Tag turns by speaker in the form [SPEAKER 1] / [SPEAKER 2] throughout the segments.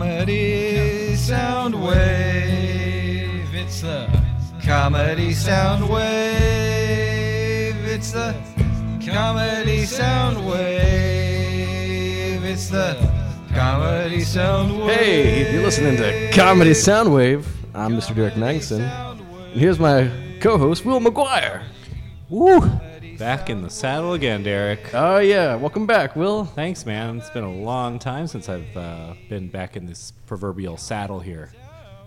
[SPEAKER 1] Comedy Sound Wave. It's the Comedy Sound Wave. It's the Comedy Sound Wave. It's the Comedy Sound Wave.
[SPEAKER 2] Hey, you're listening to Comedy Soundwave. I'm Mr. Derek Magnuson. And here's my co host, Will McGuire. Woo!
[SPEAKER 3] Back in the saddle again, Derek.
[SPEAKER 2] Oh, yeah. Welcome back, Will.
[SPEAKER 3] Thanks, man. It's been a long time since I've uh, been back in this proverbial saddle here.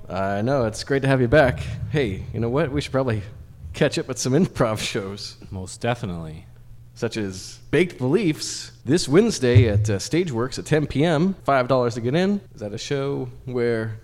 [SPEAKER 2] I know, it's great to have you back. Hey, you know what? We should probably catch up with some improv shows,
[SPEAKER 3] Most definitely.
[SPEAKER 2] such as Baked Beliefs this Wednesday at uh, Stageworks at 10 p.m. $5 to get in. Is that a show where.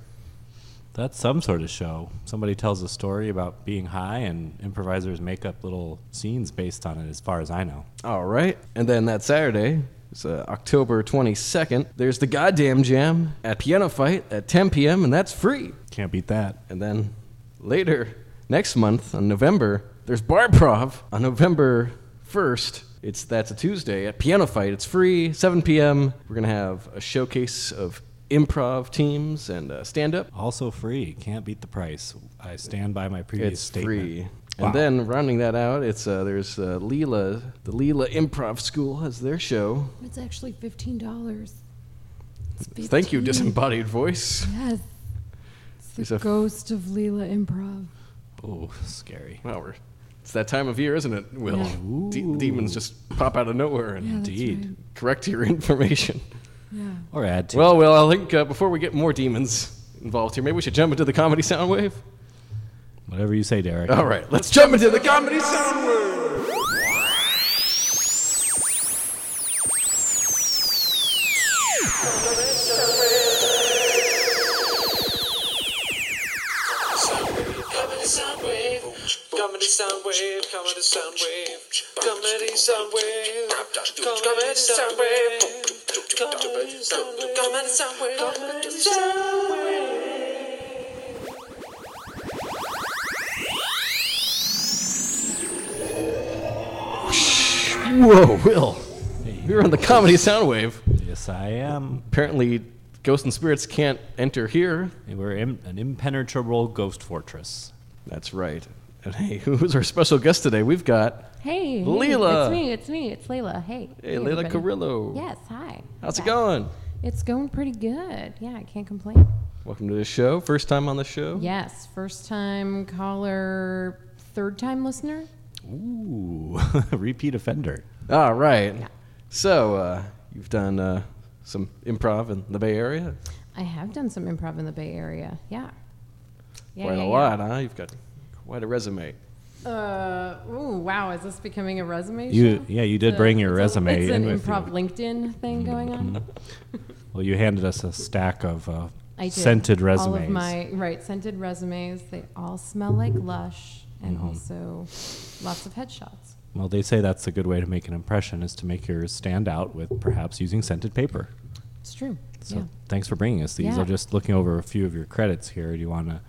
[SPEAKER 3] That's some sort of show. Somebody tells a story about being high, and improvisers make up little scenes based on it, as far as I know.
[SPEAKER 2] All right. And then that Saturday, it's uh, October 22nd, there's the Goddamn Jam at Piano Fight at 10 p.m., and that's free.
[SPEAKER 3] Can't beat that.
[SPEAKER 2] And then later, next month on November, there's Barprov on November 1st. It's that's a Tuesday at Piano Fight. It's free, 7 p.m. We're gonna have a showcase of improv teams and uh, stand-up.
[SPEAKER 3] Also free. Can't beat the price. I stand by my previous
[SPEAKER 2] It's
[SPEAKER 3] statement.
[SPEAKER 2] free.
[SPEAKER 3] Wow.
[SPEAKER 2] And then rounding that out, it's uh, there's uh, Leela, the Leela Improv School has their show.
[SPEAKER 4] It's actually fifteen dollars.
[SPEAKER 2] Thank you, disembodied voice.
[SPEAKER 4] Yes. It's
[SPEAKER 2] There's
[SPEAKER 4] the
[SPEAKER 2] a f-
[SPEAKER 4] ghost of Leela Improv.
[SPEAKER 3] Oh, scary.
[SPEAKER 2] Wow, we're, it's that time of year, isn't it? Will
[SPEAKER 4] Yeah.
[SPEAKER 2] De- demons just pop out of nowhere and
[SPEAKER 4] Yeah, that's
[SPEAKER 3] Indeed.
[SPEAKER 4] right.
[SPEAKER 2] correct your information?
[SPEAKER 4] Yeah.
[SPEAKER 3] Or add to.
[SPEAKER 2] Well, well, I think uh, before we get more demons involved here, maybe we should jump into the comedy sound wave.
[SPEAKER 3] whatever you say, Derek.
[SPEAKER 2] All right, let's jump into the comedy sound wave.
[SPEAKER 5] Comedy sound wave. Comedy sound wave. Comedy sound wave. Comedy sound wave. Comedy sound wave. Comedy sound wave. Comedy sound wave. Comedy sound wave.
[SPEAKER 2] Whoa, Will, you're on the comedy sound wave.
[SPEAKER 3] Yes, I am.
[SPEAKER 2] Apparently, ghosts and spirits can't enter here.
[SPEAKER 3] We're in an impenetrable ghost fortress.
[SPEAKER 2] That's right. And hey, who's our special guest today? We've got
[SPEAKER 6] Hey, hey,
[SPEAKER 2] Leela.
[SPEAKER 6] It's me. It's me. It's Leila. Hey.
[SPEAKER 2] hey, Leila
[SPEAKER 6] everybody.
[SPEAKER 2] Carrillo.
[SPEAKER 6] Yes. Hi.
[SPEAKER 2] How's it
[SPEAKER 6] Yeah.
[SPEAKER 2] going?
[SPEAKER 6] It's going pretty good. Yeah, I can't complain.
[SPEAKER 2] Welcome to the show. First time on the show.
[SPEAKER 6] Yes, first time caller, third time listener.
[SPEAKER 3] Ooh, repeat offender.
[SPEAKER 2] All right. So uh, you've done uh, some improv in the Bay Area.
[SPEAKER 6] I have done some improv in the Bay Area. Yeah. Yeah,
[SPEAKER 2] quite
[SPEAKER 6] yeah,
[SPEAKER 2] a
[SPEAKER 6] yeah.
[SPEAKER 2] lot, huh? You've got quite a resume.
[SPEAKER 6] Uh, ooh, wow. Is this becoming a resume?
[SPEAKER 3] You
[SPEAKER 6] show?
[SPEAKER 3] yeah, you did
[SPEAKER 6] Uh,
[SPEAKER 3] bring your
[SPEAKER 6] it's a-
[SPEAKER 3] resume
[SPEAKER 6] It's
[SPEAKER 3] in
[SPEAKER 6] an
[SPEAKER 3] with you. Mm-hmm.
[SPEAKER 6] improv LinkedIn thing going on.
[SPEAKER 3] Well, you handed us a stack of uh,
[SPEAKER 6] I did.
[SPEAKER 3] scented resumes.
[SPEAKER 6] All of my right scented resumes. They all smell like lush, and
[SPEAKER 3] Mm-hmm.
[SPEAKER 6] also lots of headshots.
[SPEAKER 3] well, they say that's a good way to make an impression is to make yours stand out with perhaps using scented paper.
[SPEAKER 6] It's true.
[SPEAKER 3] So
[SPEAKER 6] yeah.
[SPEAKER 3] thanks for bringing us these.
[SPEAKER 6] Yeah.
[SPEAKER 3] I'm just looking over a few of your credits here. Do you want to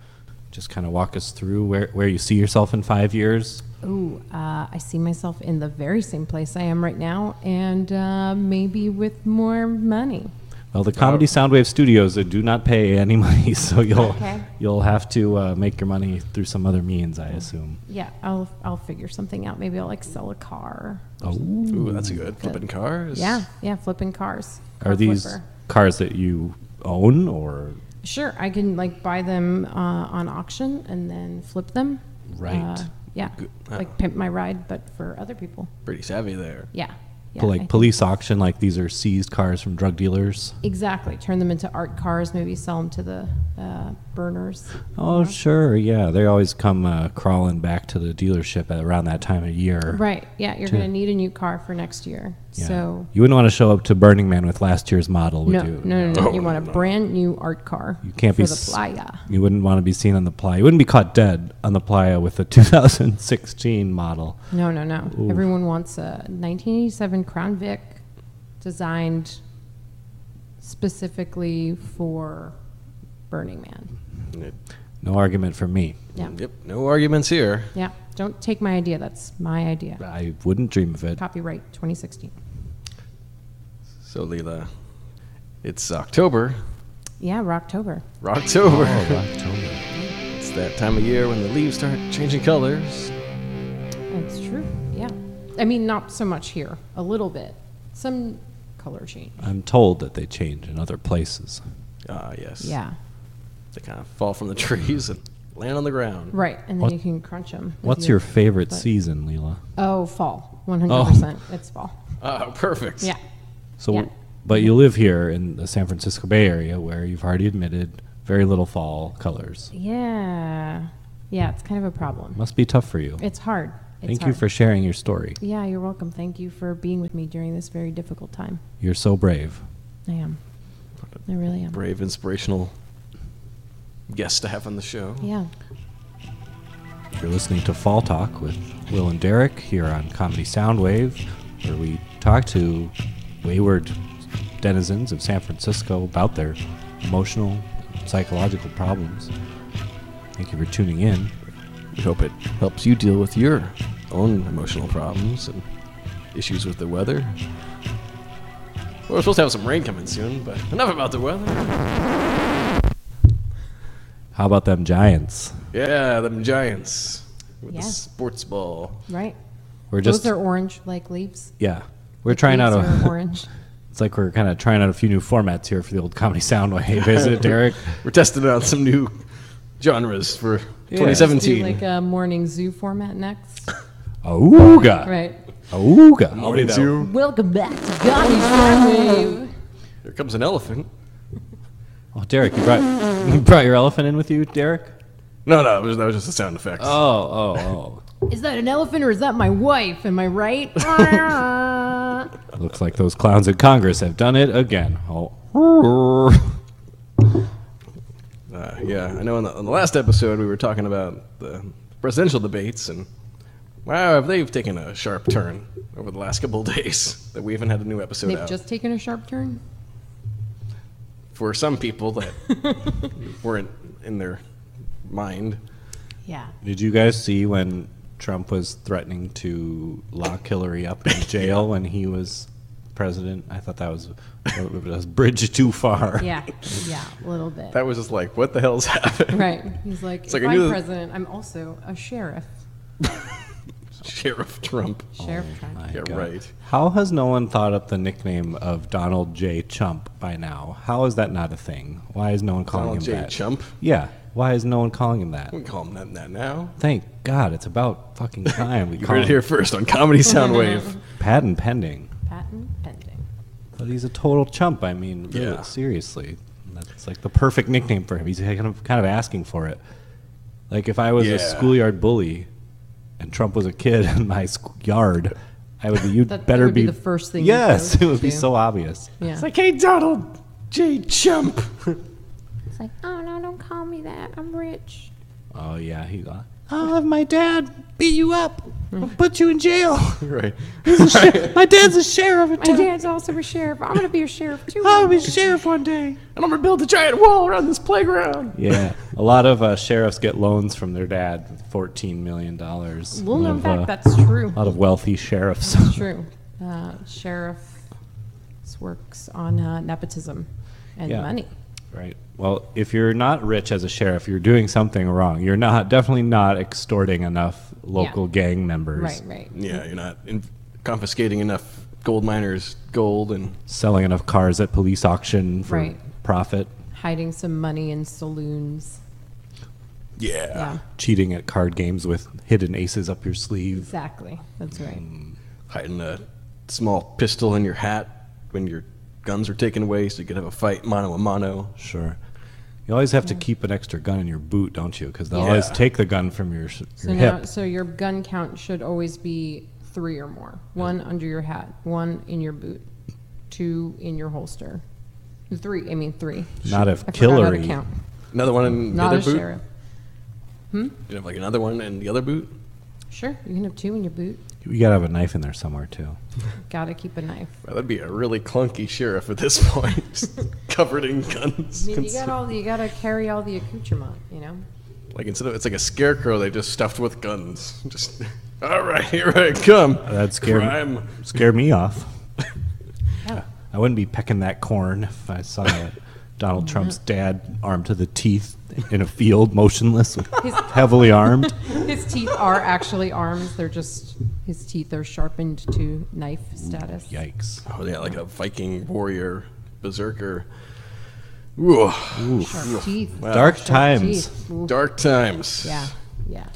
[SPEAKER 3] just kind of walk us through where, where you see yourself in five years?
[SPEAKER 6] Ooh, uh, I see myself in the very same place I am right now, and uh, maybe with more money.
[SPEAKER 3] Well, the Comedy Soundwave Studios uh, do not pay any money, so you'll
[SPEAKER 6] Okay.
[SPEAKER 3] you'll have to uh, make your money through some other means, I assume.
[SPEAKER 6] Yeah, I'll I'll figure something out. Maybe I'll like sell a car.
[SPEAKER 3] Oh,
[SPEAKER 2] Ooh, that's good. Flipping cars.
[SPEAKER 6] Mm-hmm. Yeah, yeah, flipping cars. Car
[SPEAKER 3] Are these
[SPEAKER 6] flipper.
[SPEAKER 3] cars that you own or
[SPEAKER 6] Sure, I can like buy them uh, on auction and then flip them.
[SPEAKER 3] Right.
[SPEAKER 6] Uh, yeah, like pimp my ride, but for other people.
[SPEAKER 2] Pretty savvy there.
[SPEAKER 6] Yeah. yeah
[SPEAKER 3] But
[SPEAKER 6] I
[SPEAKER 3] like police auction, like these are seized cars from drug dealers.
[SPEAKER 6] Uh-huh. Exactly. Turn them into art cars. Maybe sell them to the uh, burners.
[SPEAKER 3] Oh, sure, yeah. They always come uh, crawling back to the dealership at around that time of year.
[SPEAKER 6] Right. Yeah. You're
[SPEAKER 3] Sure.
[SPEAKER 6] going to need a new car for next year.
[SPEAKER 3] Yeah.
[SPEAKER 6] So.
[SPEAKER 3] you wouldn't want to show up to Burning Man with last year's model, would
[SPEAKER 6] No,
[SPEAKER 3] you? Oh,
[SPEAKER 6] no, no, no, You want a brand new art car.
[SPEAKER 3] You can't
[SPEAKER 6] for
[SPEAKER 3] be
[SPEAKER 6] the
[SPEAKER 3] s-
[SPEAKER 6] playa.
[SPEAKER 3] You wouldn't want to be seen on the playa. You wouldn't be caught dead on the playa with a 2016 model.
[SPEAKER 6] No, no, no. Everyone wants a 1987 Crown Vic, designed specifically for Burning Man.
[SPEAKER 3] No argument from me.
[SPEAKER 6] Yeah.
[SPEAKER 2] Yep. No arguments here.
[SPEAKER 6] Yeah. Don't take my idea. That's my idea.
[SPEAKER 3] I wouldn't dream of it.
[SPEAKER 6] Copyright 2016.
[SPEAKER 2] So Leela, it's October.
[SPEAKER 6] Yeah, Rocktober.
[SPEAKER 2] Rocktober.
[SPEAKER 3] Oh, October.
[SPEAKER 2] It's that time of year when the leaves start changing colors.
[SPEAKER 6] That's true. Yeah. I mean, not so much here. A little bit. Some color change.
[SPEAKER 3] I'm told that they change in other places.
[SPEAKER 2] Ah, yes.
[SPEAKER 6] Yeah.
[SPEAKER 2] They kind of fall from the trees and land on the ground.
[SPEAKER 6] Right. And then
[SPEAKER 3] What-
[SPEAKER 6] you can crunch them.
[SPEAKER 3] What's your favorite season, Leela?
[SPEAKER 6] Oh, fall. 100%.
[SPEAKER 3] Oh.
[SPEAKER 6] It's fall.
[SPEAKER 2] Ah, perfect.
[SPEAKER 6] Yeah.
[SPEAKER 3] So,
[SPEAKER 6] Yeah.
[SPEAKER 3] but you live here in the San Francisco Bay Area, where you've already admitted very little fall colors.
[SPEAKER 6] Yeah. Yeah, it's kind of a problem.
[SPEAKER 3] Must be tough for you.
[SPEAKER 6] It's hard. It's
[SPEAKER 3] Thank you
[SPEAKER 6] hard.
[SPEAKER 3] for sharing your story.
[SPEAKER 6] Yeah, you're welcome. Thank you for being with me during this very difficult time.
[SPEAKER 3] You're so brave.
[SPEAKER 6] I am. I really am.
[SPEAKER 2] Brave, inspirational guest to have on the show.
[SPEAKER 6] Yeah.
[SPEAKER 3] You're listening to Fall Talk with Will and Derek here on Comedy Soundwave, where we talk to wayward denizens of San Francisco about their emotional, psychological problems. Thank you for tuning in.
[SPEAKER 2] We hope it helps you deal with your own emotional problems and issues with the weather. We're supposed to have some rain coming soon, but enough about the weather.
[SPEAKER 3] How about them Giants?
[SPEAKER 2] Yeah, them Giants with
[SPEAKER 6] Yeah.
[SPEAKER 2] the sports ball.
[SPEAKER 6] Right?
[SPEAKER 3] We're just
[SPEAKER 6] Those are orange like leaves.
[SPEAKER 3] yeah. We're trying out
[SPEAKER 6] Leaves
[SPEAKER 3] a
[SPEAKER 6] are orange.
[SPEAKER 3] It's like we're kind of trying out a few new formats here for the old comedy soundwave, isn't it, Derek?
[SPEAKER 2] We're testing out some new genres for
[SPEAKER 6] Let's do
[SPEAKER 2] 2017.
[SPEAKER 6] like a morning zoo format next.
[SPEAKER 3] Auga,
[SPEAKER 6] Right.
[SPEAKER 3] auga.
[SPEAKER 2] Morning zoo.
[SPEAKER 6] Welcome back to Johnny's Soundwave.
[SPEAKER 2] Here comes an elephant.
[SPEAKER 3] Oh, Derek, you brought you brought your elephant in with you, Derek?
[SPEAKER 2] No, no, that was, that was just a sound effect.
[SPEAKER 3] Oh, oh,
[SPEAKER 6] Is that an elephant or is that my wife? Am I right?
[SPEAKER 3] oh. Looks like those clowns in Congress have done it again. Oh.
[SPEAKER 2] Uh, yeah, I know. In the, in the last episode, we were talking about the presidential debates, and wow, have they taken a sharp turn over the last couple of days that we haven't had a new episode
[SPEAKER 6] They've
[SPEAKER 2] out.
[SPEAKER 6] just taken a sharp turn.
[SPEAKER 2] For some people that weren't in their mind,
[SPEAKER 6] Yeah.
[SPEAKER 3] Did you guys see when Trump was threatening to lock Hillary up in jail when he was president? I thought that was that was bridge too far.
[SPEAKER 6] Yeah. Yeah. A little bit.
[SPEAKER 2] that was just like, what the hell's happening?
[SPEAKER 6] Right. He's like,
[SPEAKER 2] like
[SPEAKER 6] if
[SPEAKER 2] I knew
[SPEAKER 6] I'm
[SPEAKER 2] that-
[SPEAKER 6] president, I'm also a sheriff.
[SPEAKER 2] Sheriff Trump.
[SPEAKER 6] Sheriff Trump.
[SPEAKER 3] Oh My
[SPEAKER 2] Yeah,
[SPEAKER 3] God.
[SPEAKER 2] right.
[SPEAKER 3] How has no one thought up the nickname of Donald J. Chump by now? How is that not a thing? Why is no one calling
[SPEAKER 2] Donald J.
[SPEAKER 3] him that?
[SPEAKER 2] Chump.
[SPEAKER 3] Yeah. Why is no one calling him that?
[SPEAKER 2] We can call him that, that now.
[SPEAKER 3] Thank God, it's about fucking time. We
[SPEAKER 2] You
[SPEAKER 3] call
[SPEAKER 2] heard it
[SPEAKER 3] him
[SPEAKER 2] here first on Comedy Soundwave.
[SPEAKER 3] patent pending.
[SPEAKER 6] Patent pending.
[SPEAKER 3] But he's a total chump. I mean, really,
[SPEAKER 2] Yeah.
[SPEAKER 3] seriously, that's like the perfect nickname for him. He's kind of kind of asking for it. Like if I was
[SPEAKER 2] Yeah.
[SPEAKER 3] a schoolyard bully, and Trump was a kid in my school yard, I would be. You'd
[SPEAKER 6] That
[SPEAKER 3] better
[SPEAKER 6] would be the first thing you
[SPEAKER 3] Yes,
[SPEAKER 6] go
[SPEAKER 3] it would be
[SPEAKER 6] to.
[SPEAKER 3] so obvious.
[SPEAKER 6] Yeah.
[SPEAKER 2] It's like, hey, Donald J. Chump.
[SPEAKER 6] It's like, oh no, don't call me that. I'm rich.
[SPEAKER 3] Oh yeah, he. Uh, I'll have my dad beat you up. I'll put you in jail.
[SPEAKER 2] right.
[SPEAKER 3] my dad's a sheriff.
[SPEAKER 6] My dad's also a sheriff. I'm gonna be a sheriff too.
[SPEAKER 3] I'll be sheriff one day.
[SPEAKER 2] And I'm going to build a giant wall around this playground.
[SPEAKER 3] Yeah, a lot of uh, sheriffs get loans from their dad, fourteen million dollars. uh,
[SPEAKER 6] Little known fact, that's true.
[SPEAKER 3] A lot of wealthy sheriffs.
[SPEAKER 6] True. Uh, sheriff works on uh, nepotism and
[SPEAKER 3] Yeah.
[SPEAKER 6] money.
[SPEAKER 3] right. Well, if you're not rich as a sheriff, you're doing something wrong. You're not definitely not extorting enough local gang members,
[SPEAKER 6] Right, right.
[SPEAKER 2] Yeah, you're not in- confiscating enough gold miners' gold and
[SPEAKER 3] selling enough cars at police auction for
[SPEAKER 6] Right.
[SPEAKER 3] profit,
[SPEAKER 6] Hiding some money in saloons.
[SPEAKER 2] yeah.
[SPEAKER 6] Yeah,
[SPEAKER 3] cheating at card games with hidden aces up your sleeve.
[SPEAKER 6] exactly. That's right.
[SPEAKER 3] Mm,
[SPEAKER 2] hiding a small pistol in your hat when your guns are taken away, so you could have a fight mano a mano.
[SPEAKER 3] Sure. You always have to keep an extra gun in your boot, don't you? Because they'll always
[SPEAKER 2] Yeah.
[SPEAKER 3] take the gun from your, s-
[SPEAKER 6] So
[SPEAKER 3] your
[SPEAKER 6] now,
[SPEAKER 3] hip.
[SPEAKER 6] so your gun count should always be three or more. One under your hat, one in your boot, two in your holster, three. I mean three.
[SPEAKER 3] Not if
[SPEAKER 6] I forgot how to
[SPEAKER 3] Hillary.
[SPEAKER 6] count.
[SPEAKER 2] Another one in
[SPEAKER 6] Not
[SPEAKER 2] the
[SPEAKER 6] a
[SPEAKER 2] other boot.
[SPEAKER 6] sheriff.
[SPEAKER 2] You have like another one in the other boot.
[SPEAKER 6] Sure, you can have two in your boot.
[SPEAKER 3] You gotta have a knife in there somewhere too.
[SPEAKER 6] Gotta keep a knife.
[SPEAKER 2] Wow, that'd be a really clunky sheriff at this point, just covered in guns.
[SPEAKER 6] I mean, you got all you gotta carry all the accoutrement, you know.
[SPEAKER 2] like instead of it's like a scarecrow, they just stuffed with guns. Just all right, here I come.
[SPEAKER 3] That scared
[SPEAKER 2] Crime.
[SPEAKER 3] scared me off.
[SPEAKER 6] Yeah. Oh.
[SPEAKER 3] I wouldn't be pecking that corn if I saw a Donald Trump's dad, armed to the teeth in a field, motionless, heavily armed.
[SPEAKER 6] His teeth are actually arms. They're just his teeth are sharpened to knife status.
[SPEAKER 3] Yikes.
[SPEAKER 2] Oh yeah, like a Viking warrior berserker. Ooh,
[SPEAKER 6] Sharp teeth.
[SPEAKER 3] Dark
[SPEAKER 6] Sharp
[SPEAKER 3] times.
[SPEAKER 6] teeth. Ooh,
[SPEAKER 2] dark times.
[SPEAKER 6] Yeah. Yeah.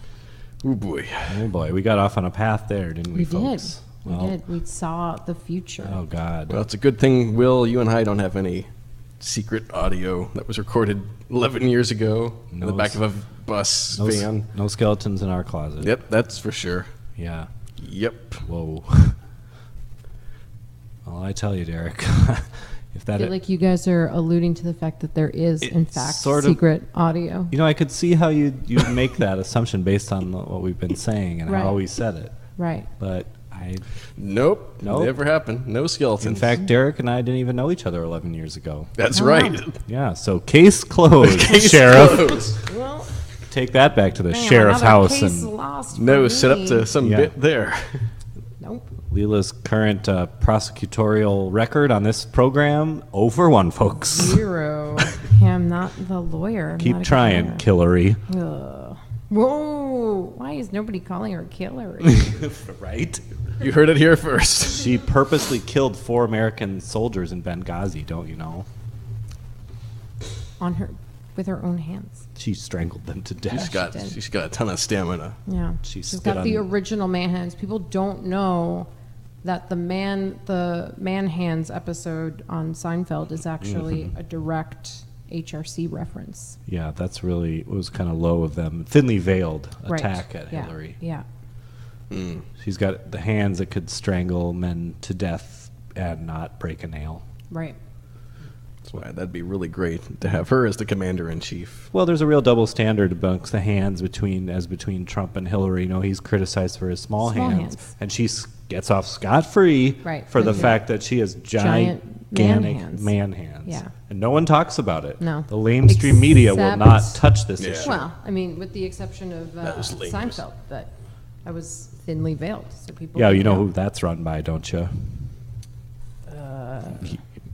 [SPEAKER 2] Ooh boy.
[SPEAKER 3] Oh boy, we got off on a path there, didn't we,
[SPEAKER 6] We
[SPEAKER 3] folks?
[SPEAKER 6] did. We did. We saw the future.
[SPEAKER 3] Oh God.
[SPEAKER 2] Well, it's a good thing, Will. You and I don't have any secret audio that was recorded 11 years ago in
[SPEAKER 3] No,
[SPEAKER 2] the back of
[SPEAKER 3] it's-
[SPEAKER 2] a bus
[SPEAKER 3] no, s-
[SPEAKER 2] van.
[SPEAKER 3] no skeletons in our closet.
[SPEAKER 2] Yep, that's for sure.
[SPEAKER 3] Yeah.
[SPEAKER 2] Yep.
[SPEAKER 3] Whoa. well, I tell you, Derek, if that
[SPEAKER 6] I feel like you guys are alluding to the fact that there is, in fact,
[SPEAKER 3] sort of-
[SPEAKER 6] secret audio.
[SPEAKER 3] you know, I could see how you you would make that assumption based on what we've been saying and how
[SPEAKER 6] Right.
[SPEAKER 3] we said it,
[SPEAKER 6] Right.
[SPEAKER 3] but I
[SPEAKER 2] Nope.
[SPEAKER 3] Nope.
[SPEAKER 2] Never happened. No skeletons.
[SPEAKER 3] In fact, Derek and I didn't even know each other 11 years ago.
[SPEAKER 2] that's right.
[SPEAKER 3] Yeah, so case closed,
[SPEAKER 2] Case
[SPEAKER 3] sheriff.
[SPEAKER 2] closed.
[SPEAKER 6] Well,
[SPEAKER 3] Take that back to the
[SPEAKER 6] damn,
[SPEAKER 3] sheriff's
[SPEAKER 6] another
[SPEAKER 3] house
[SPEAKER 6] case
[SPEAKER 3] and
[SPEAKER 6] lost
[SPEAKER 2] No,
[SPEAKER 6] for
[SPEAKER 2] set up
[SPEAKER 6] me.
[SPEAKER 2] to some
[SPEAKER 3] Yeah.
[SPEAKER 2] bit there.
[SPEAKER 6] Nope.
[SPEAKER 3] Leela's current uh, prosecutorial record on this program over one, folks.
[SPEAKER 6] Zero. I'm not the lawyer. I'm
[SPEAKER 3] Keep
[SPEAKER 6] not a
[SPEAKER 3] trying,
[SPEAKER 6] lawyer.
[SPEAKER 3] Killary.
[SPEAKER 6] Ugh. Whoa! Why is nobody calling her Killer?
[SPEAKER 3] Right?
[SPEAKER 2] You heard it here first.
[SPEAKER 3] She purposely killed four American soldiers in Benghazi, don't you know?
[SPEAKER 6] on her with her own hands.
[SPEAKER 3] She strangled them to
[SPEAKER 2] She's
[SPEAKER 3] death.
[SPEAKER 2] got,
[SPEAKER 6] did.
[SPEAKER 2] she's got a ton of stamina.
[SPEAKER 6] Yeah,
[SPEAKER 3] She
[SPEAKER 6] she's
[SPEAKER 3] spit
[SPEAKER 6] got the
[SPEAKER 3] on-
[SPEAKER 6] original man hands. People don't know that the man the man hands episode on Seinfeld is actually
[SPEAKER 3] Mm-hmm.
[SPEAKER 6] a direct HRC reference.
[SPEAKER 3] Yeah, that's really, it was kind of low of them. Thinly veiled
[SPEAKER 6] Right.
[SPEAKER 3] attack at
[SPEAKER 6] yeah.
[SPEAKER 3] Hillary.
[SPEAKER 6] Yeah.
[SPEAKER 3] She's got the hands that could strangle men to death and not break a nail.
[SPEAKER 6] Right.
[SPEAKER 2] That's why that'd be really great to have her as the commander in chief.
[SPEAKER 3] Well, there's a real double standard amongst the hands between as between Trump and Hillary. You know, he's criticized for his small,
[SPEAKER 6] Small
[SPEAKER 3] hands,
[SPEAKER 6] hands.
[SPEAKER 3] and she s- gets off scot free
[SPEAKER 6] Right,
[SPEAKER 3] for the
[SPEAKER 6] for the
[SPEAKER 3] fact that she has gigantic
[SPEAKER 6] giant man
[SPEAKER 3] man hands.
[SPEAKER 6] hands. Yeah.
[SPEAKER 3] and no one talks about it.
[SPEAKER 6] No.
[SPEAKER 3] the lamestream media will
[SPEAKER 6] Except-
[SPEAKER 3] not touch this
[SPEAKER 2] Yeah.
[SPEAKER 3] issue.
[SPEAKER 6] Well, I mean, with the exception of uh,
[SPEAKER 2] That was lame.
[SPEAKER 6] Seinfeld, but I was thinly veiled, so people.
[SPEAKER 3] yeah, you
[SPEAKER 6] didn't
[SPEAKER 3] know who that's run by, don't you?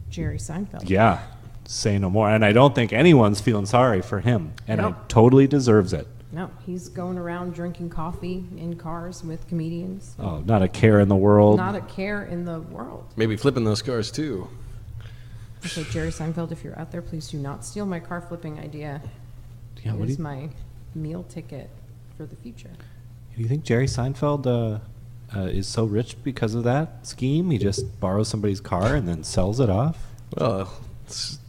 [SPEAKER 6] Jerry Seinfeld.
[SPEAKER 3] Yeah, say no more. And I don't think anyone's feeling sorry for him, and
[SPEAKER 6] Nope.
[SPEAKER 3] he totally deserves it.
[SPEAKER 6] No, he's going around drinking coffee in cars with comedians.
[SPEAKER 3] Oh, not a care in the world.
[SPEAKER 6] Not a care in the world.
[SPEAKER 2] Maybe flipping those cars too.
[SPEAKER 6] So Jerry Seinfeld, if you're out there, please do not steal my car flipping idea.
[SPEAKER 3] yeah, what
[SPEAKER 6] it
[SPEAKER 3] do
[SPEAKER 6] is
[SPEAKER 3] you,
[SPEAKER 6] my meal ticket for the future.
[SPEAKER 3] do you think Jerry Seinfeld uh, uh, is so rich because of that scheme? He just borrows somebody's car and then sells it off.
[SPEAKER 2] Well, it's,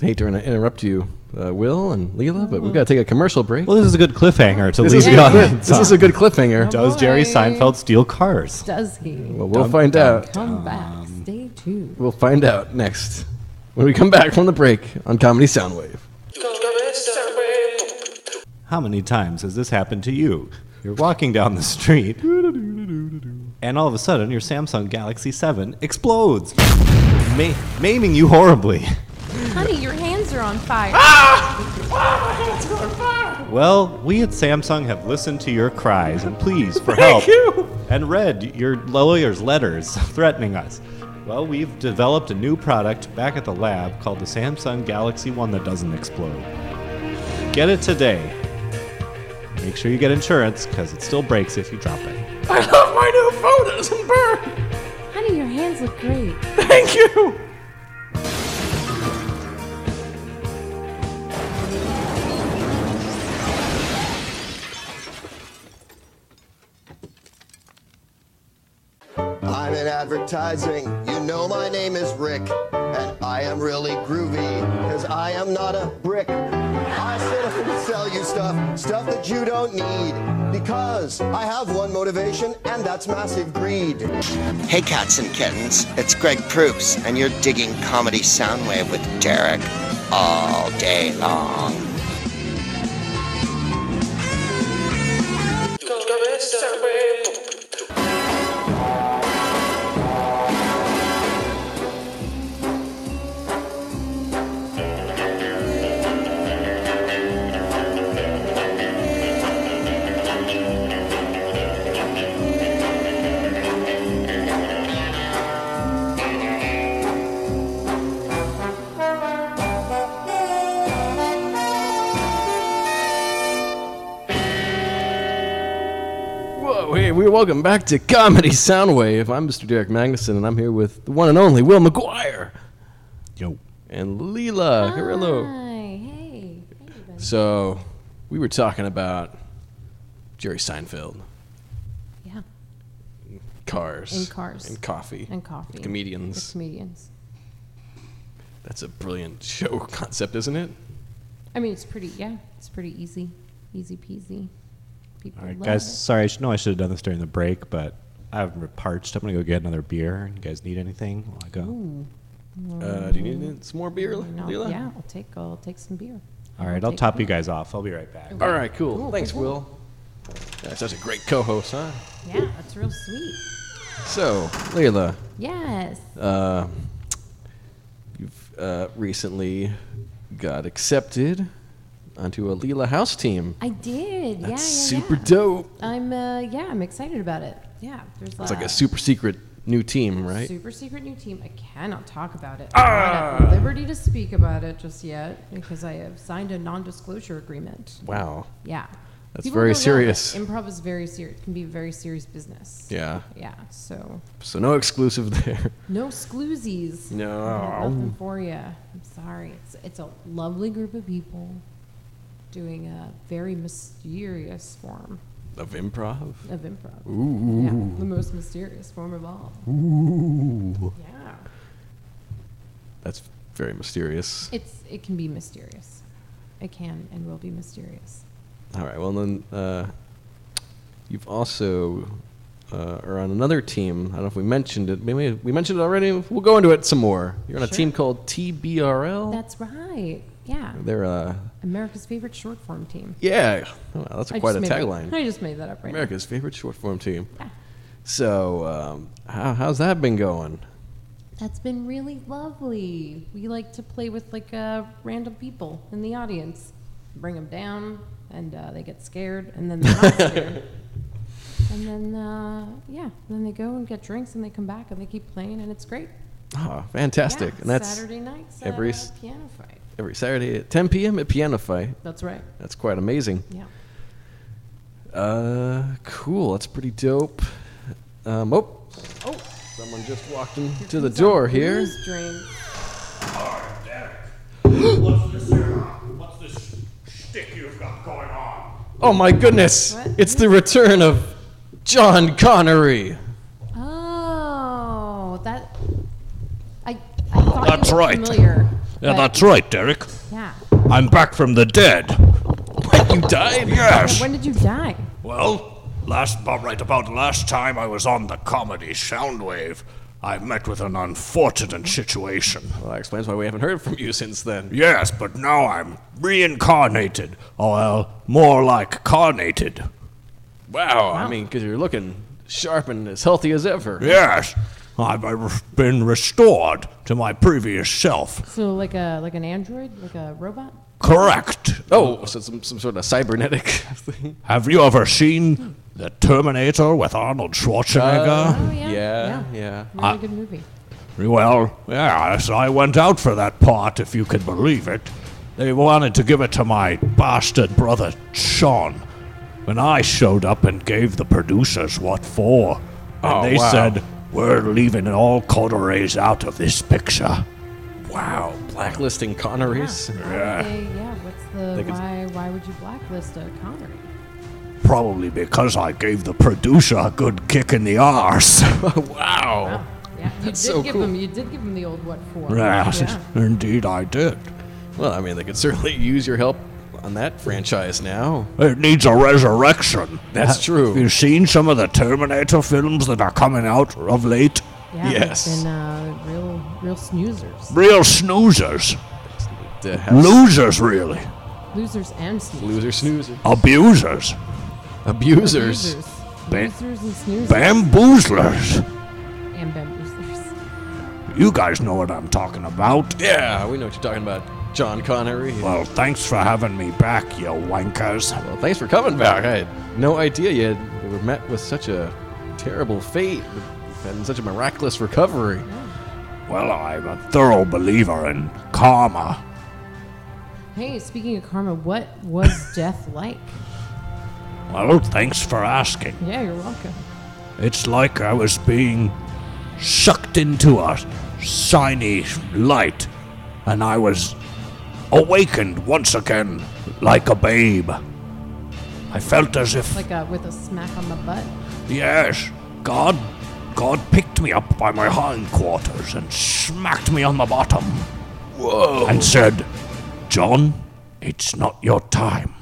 [SPEAKER 2] hate to inter- interrupt you, uh, Will and Leela, but we've got to take a commercial break.
[SPEAKER 3] Well, this is a good cliffhanger to
[SPEAKER 2] this,
[SPEAKER 3] leave
[SPEAKER 2] is a
[SPEAKER 3] the
[SPEAKER 2] good, clip-
[SPEAKER 3] audience.
[SPEAKER 2] this is a
[SPEAKER 3] on.
[SPEAKER 2] good cliffhanger.
[SPEAKER 3] Does Jerry
[SPEAKER 6] Bye.
[SPEAKER 3] Seinfeld steal cars?
[SPEAKER 6] Does he?
[SPEAKER 2] Well, we'll
[SPEAKER 3] Dum-
[SPEAKER 2] find
[SPEAKER 3] dum-
[SPEAKER 2] out.
[SPEAKER 6] Come back.
[SPEAKER 3] um,
[SPEAKER 6] Stay tuned.
[SPEAKER 2] We'll find out next when we come back from the break on Comedy Soundwave.
[SPEAKER 5] Comedy Soundwave.
[SPEAKER 3] How many times has this happened to you? You're walking down the street, and all of a sudden your Samsung Galaxy 7 explodes, ma- maiming you horribly.
[SPEAKER 6] Honey, your hands are on fire.
[SPEAKER 3] Well, we at Samsung have listened to your cries and pleas for help and read your lawyer's letters threatening us. Well, we've developed a new product back at the lab called the Samsung Galaxy One that doesn't explode. Get it today. Make sure you get insurance because it still breaks if you drop it.
[SPEAKER 2] I love my new phone. It doesn't burn.
[SPEAKER 6] Honey, your hands look great.
[SPEAKER 2] Thank you.
[SPEAKER 7] I'm in advertising. You know my name is Rick, and I am really groovy, because I am not a brick. I sit up and sell you stuff, stuff that you don't need, because I have one motivation, and that's massive greed.
[SPEAKER 8] Hey, cats and kittens, it's Greg Proops, and you're digging Comedy Soundwave with Derek all day long.
[SPEAKER 5] Comedy Soundwave.
[SPEAKER 2] Hello, hey, we welcome back to Comedy Soundwave. I'm Mr. Derek Magnuson, and I'm here with the one and only Will McGuire
[SPEAKER 3] Yo.
[SPEAKER 2] and Leela Carrillo.
[SPEAKER 4] Hi, hey.
[SPEAKER 2] So, we were talking about Jerry Seinfeld,
[SPEAKER 6] Yeah.
[SPEAKER 2] cars,
[SPEAKER 6] And cars.
[SPEAKER 2] and coffee,
[SPEAKER 6] And coffee.
[SPEAKER 2] comedians.
[SPEAKER 6] The comedians.
[SPEAKER 2] That's a brilliant show concept, isn't it?
[SPEAKER 6] I mean, it's pretty, yeah, it's pretty easy. Easy peasy. People
[SPEAKER 3] All right,
[SPEAKER 6] love
[SPEAKER 3] guys.
[SPEAKER 6] it.
[SPEAKER 3] Sorry, I should know I should have done this during the break, but I'm parched. I'm gonna go get another beer. You guys need anything? While I go.
[SPEAKER 2] Uh, do you need some more beer,
[SPEAKER 6] You know,
[SPEAKER 2] Leela?
[SPEAKER 6] Mm. yeah, I'll take, I'll take some beer.
[SPEAKER 3] All right, I'll
[SPEAKER 6] take
[SPEAKER 3] top you guys off. I'll be right back.
[SPEAKER 2] All right, cool. Thanks, Will. That's such a great co-host, huh?
[SPEAKER 6] Yeah, that's real sweet.
[SPEAKER 2] So, Leila,
[SPEAKER 6] Yes.
[SPEAKER 2] uh, you've uh, recently got accepted onto a Leela house team.
[SPEAKER 6] I did. yeah, yeah,
[SPEAKER 2] That's super
[SPEAKER 6] yeah.
[SPEAKER 2] dope.
[SPEAKER 6] I'm uh, yeah, I'm excited about it. Yeah, there's
[SPEAKER 2] It's like a super secret new team, right? Ah!
[SPEAKER 6] super secret new team. I cannot talk about it. I'm not at liberty to speak about it just yet because I have signed a non-disclosure agreement.
[SPEAKER 2] Wow.
[SPEAKER 6] Yeah.
[SPEAKER 2] That's very
[SPEAKER 6] don't know that.
[SPEAKER 2] serious.
[SPEAKER 6] Improv is very serious. It can be a very serious business.
[SPEAKER 2] Yeah.
[SPEAKER 6] Yeah. So
[SPEAKER 2] So no exclusive there.
[SPEAKER 6] no scloozies.
[SPEAKER 2] No.
[SPEAKER 6] I have Nothing for you. I'm sorry. It's it's a lovely group of people doing a very mysterious form.
[SPEAKER 2] of improv.
[SPEAKER 6] of improv. Ooh. Yeah, the most mysterious form of all. Ooh. Yeah.
[SPEAKER 2] That's very mysterious.
[SPEAKER 6] It's it can be mysterious. It can and will be mysterious.
[SPEAKER 2] All right. Well, then uh, you've also uh, are on another team. I don't know if we mentioned it. Maybe we mentioned it already. We'll go into it some more. You're on a team called TBRL.
[SPEAKER 6] That's right. Yeah.
[SPEAKER 2] They're uh,
[SPEAKER 6] America's favorite short form team.
[SPEAKER 2] yeah. Wow, that's
[SPEAKER 6] I
[SPEAKER 2] quite a
[SPEAKER 6] just made
[SPEAKER 2] tagline.
[SPEAKER 6] That, I just made that up right
[SPEAKER 2] America's favorite short form team. So um, how, how's that been going?
[SPEAKER 6] now. That's been really lovely. We like to play with like uh, random people in the audience, bring them down, and uh, they get scared, and then they're not scared. And then, uh, yeah, then they go and get drinks, and they come back, and they keep playing, and it's great.
[SPEAKER 2] Oh, fantastic!
[SPEAKER 6] Yeah,
[SPEAKER 2] and that's
[SPEAKER 6] Saturday nights
[SPEAKER 2] every
[SPEAKER 6] every
[SPEAKER 2] s-
[SPEAKER 6] piano fight.
[SPEAKER 2] every Saturday at 10 p.m. at Piano Fight.
[SPEAKER 6] That's right.
[SPEAKER 2] That's quite amazing.
[SPEAKER 6] Yeah.
[SPEAKER 2] Uh, cool. That's pretty dope. Um, oh, oh, someone just walked in to the door here.
[SPEAKER 6] Booze drink.
[SPEAKER 9] What's this here? What's this shtick you've got going on?
[SPEAKER 2] Oh my goodness!
[SPEAKER 6] What?
[SPEAKER 2] It's the return of John Connery.
[SPEAKER 6] Oh, that. I, I thought
[SPEAKER 9] That's
[SPEAKER 6] you looked
[SPEAKER 9] right.
[SPEAKER 6] familiar.
[SPEAKER 9] Yeah,
[SPEAKER 6] but-
[SPEAKER 9] that's right, Derek.
[SPEAKER 6] Yeah.
[SPEAKER 9] I'm back from the dead. you died? Yes.
[SPEAKER 6] When did you die?
[SPEAKER 9] Well, last about right about last time I was on the comedy Soundwave, I met with an unfortunate situation.
[SPEAKER 2] Well, that explains why we haven't heard from you since then.
[SPEAKER 9] Yes, but now I'm reincarnated, or well, more like carnated.
[SPEAKER 2] Wow. I mean, because you're looking sharp and as healthy as ever.
[SPEAKER 9] Yes, I've uh, been restored to my previous self.
[SPEAKER 6] So like a like an android, like a robot?
[SPEAKER 9] Correct.
[SPEAKER 2] Oh, so some, some sort of cybernetic thing.
[SPEAKER 9] Have you ever seen The Terminator with Arnold Schwarzenegger?
[SPEAKER 6] Oh
[SPEAKER 2] yeah,
[SPEAKER 6] yeah. Yeah.
[SPEAKER 2] yeah.
[SPEAKER 6] Really good movie.
[SPEAKER 9] well, yes, I went out for that part, if you can believe it. They wanted to give it to my bastard brother, Sean. When I showed up and gave the producers what for, and
[SPEAKER 2] Oh,
[SPEAKER 9] they
[SPEAKER 2] wow.
[SPEAKER 9] said, We're leaving all corderies out of this picture.
[SPEAKER 2] Wow. Blacklisting Connerys.
[SPEAKER 6] Yeah. They, yeah. What's the why? Why would you blacklist a Connery?
[SPEAKER 9] Probably because I gave the producer a good kick in the arse.
[SPEAKER 2] Oh,
[SPEAKER 6] Wow. Yeah. You did
[SPEAKER 2] so
[SPEAKER 6] give
[SPEAKER 2] cool.
[SPEAKER 6] him. You did give him the old what for?
[SPEAKER 9] yes,
[SPEAKER 6] Yeah.
[SPEAKER 9] indeed I did.
[SPEAKER 2] Well, I mean, they could certainly use your help on that franchise now.
[SPEAKER 9] It needs a resurrection.
[SPEAKER 2] That's true.
[SPEAKER 9] Have you seen some of the Terminator films that are coming out of late?
[SPEAKER 6] Yeah, they've
[SPEAKER 2] Yes.
[SPEAKER 6] Been uh, real, real snoozers,
[SPEAKER 9] Real snoozers.
[SPEAKER 2] To have
[SPEAKER 9] Losers, really.
[SPEAKER 6] losers and snoozers.
[SPEAKER 2] Loser snoozer.
[SPEAKER 9] Abusers.
[SPEAKER 2] Abusers.
[SPEAKER 6] Losers.
[SPEAKER 9] Ba-
[SPEAKER 6] Losers and snoozers.
[SPEAKER 9] Bamboozlers.
[SPEAKER 6] And bamboozlers.
[SPEAKER 9] You guys know what I'm talking about.
[SPEAKER 2] Yeah, we know what you're talking about, John Connery. Well,
[SPEAKER 9] Well, thanks for having me back, you wankers.
[SPEAKER 2] thanks for coming back. I had no idea you, had, you were met with such a terrible fate and such a miraculous recovery.
[SPEAKER 9] Well, I'm a thorough believer in karma.
[SPEAKER 6] Hey, speaking of karma, what was death like?
[SPEAKER 9] Well, thanks for asking.
[SPEAKER 6] Yeah, you're welcome.
[SPEAKER 9] It's like I was being sucked into a shiny light, and I was awakened once again like a babe. I felt as if,
[SPEAKER 6] Like a, with a smack on the butt.
[SPEAKER 9] yes, God, God picked me up by my hindquarters and smacked me on the bottom. Whoa! And said, John, it's not your time.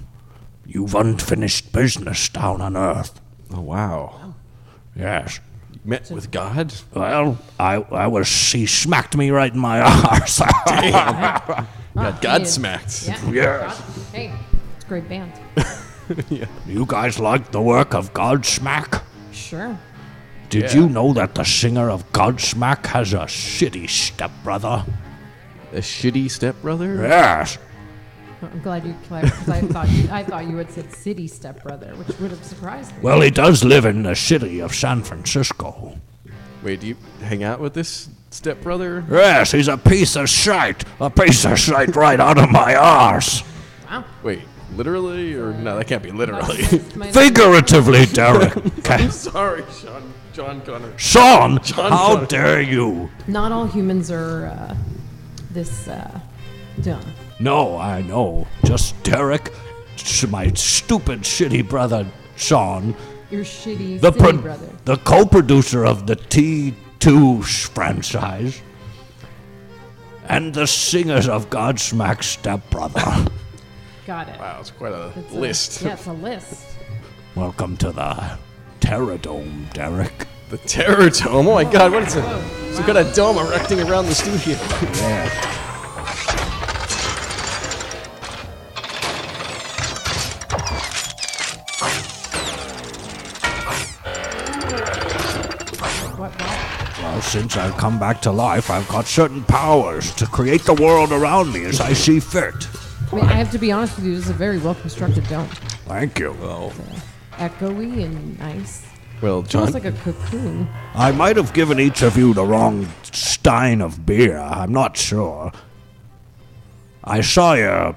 [SPEAKER 9] You've unfinished business down on Earth.
[SPEAKER 2] Oh wow!
[SPEAKER 9] Yes.
[SPEAKER 2] You met with God?
[SPEAKER 9] Well, I, I was. She smacked me right in my arse.
[SPEAKER 2] Got God smacked.
[SPEAKER 6] Ah, Yeah.
[SPEAKER 9] yes.
[SPEAKER 6] Hey, it's a great band.
[SPEAKER 9] You guys like the work of Godsmack?
[SPEAKER 6] Sure.
[SPEAKER 9] Did you know that the singer of Godsmack has a shitty stepbrother?
[SPEAKER 2] A shitty stepbrother?
[SPEAKER 9] Yes.
[SPEAKER 6] I'm glad you clarified 'cause I thought you, I thought you had said city stepbrother, which would have surprised me.
[SPEAKER 9] Well, he does live in the city of San Francisco.
[SPEAKER 2] Wait, do you hang out with this stepbrother?
[SPEAKER 9] Yes, he's a piece of shite. A piece of shite right out of my arse.
[SPEAKER 6] Wow.
[SPEAKER 2] Wait, literally or no? That can't be literally.
[SPEAKER 6] My-
[SPEAKER 9] Figuratively, Derek. Ca-
[SPEAKER 2] Sorry, Sean. John Connor.
[SPEAKER 9] Sean, how dare you?
[SPEAKER 6] Not all humans are uh, this uh, dumb.
[SPEAKER 9] No, I know. Just Derek, s- my stupid, shitty brother, Sean,
[SPEAKER 6] Your shitty
[SPEAKER 9] the
[SPEAKER 6] city
[SPEAKER 9] pro-
[SPEAKER 6] brother.
[SPEAKER 9] the co-producer of the T2 sh- franchise, and the singers of Godsmack's stepbrother.
[SPEAKER 6] Got it.
[SPEAKER 2] Wow, it's quite a
[SPEAKER 6] It's a-
[SPEAKER 2] list.
[SPEAKER 6] yeah, it's a list.
[SPEAKER 9] Welcome to the Terradome, Derek.
[SPEAKER 2] The Terror Dome. Oh my God! What is it? Some kind of dome erecting around the studio.
[SPEAKER 6] What, what?
[SPEAKER 9] Well, since I've come back to life, I've got certain powers to create the world around me as I see fit.
[SPEAKER 6] I mean, I have to be honest with you. This is a very well constructed dome.
[SPEAKER 9] Thank you.
[SPEAKER 6] uh, Echoey and nice.
[SPEAKER 2] Well,
[SPEAKER 6] It's almost
[SPEAKER 2] John.
[SPEAKER 6] like a cocoon.
[SPEAKER 9] I might have given each of you the wrong stein of beer. I'm not sure. I saw your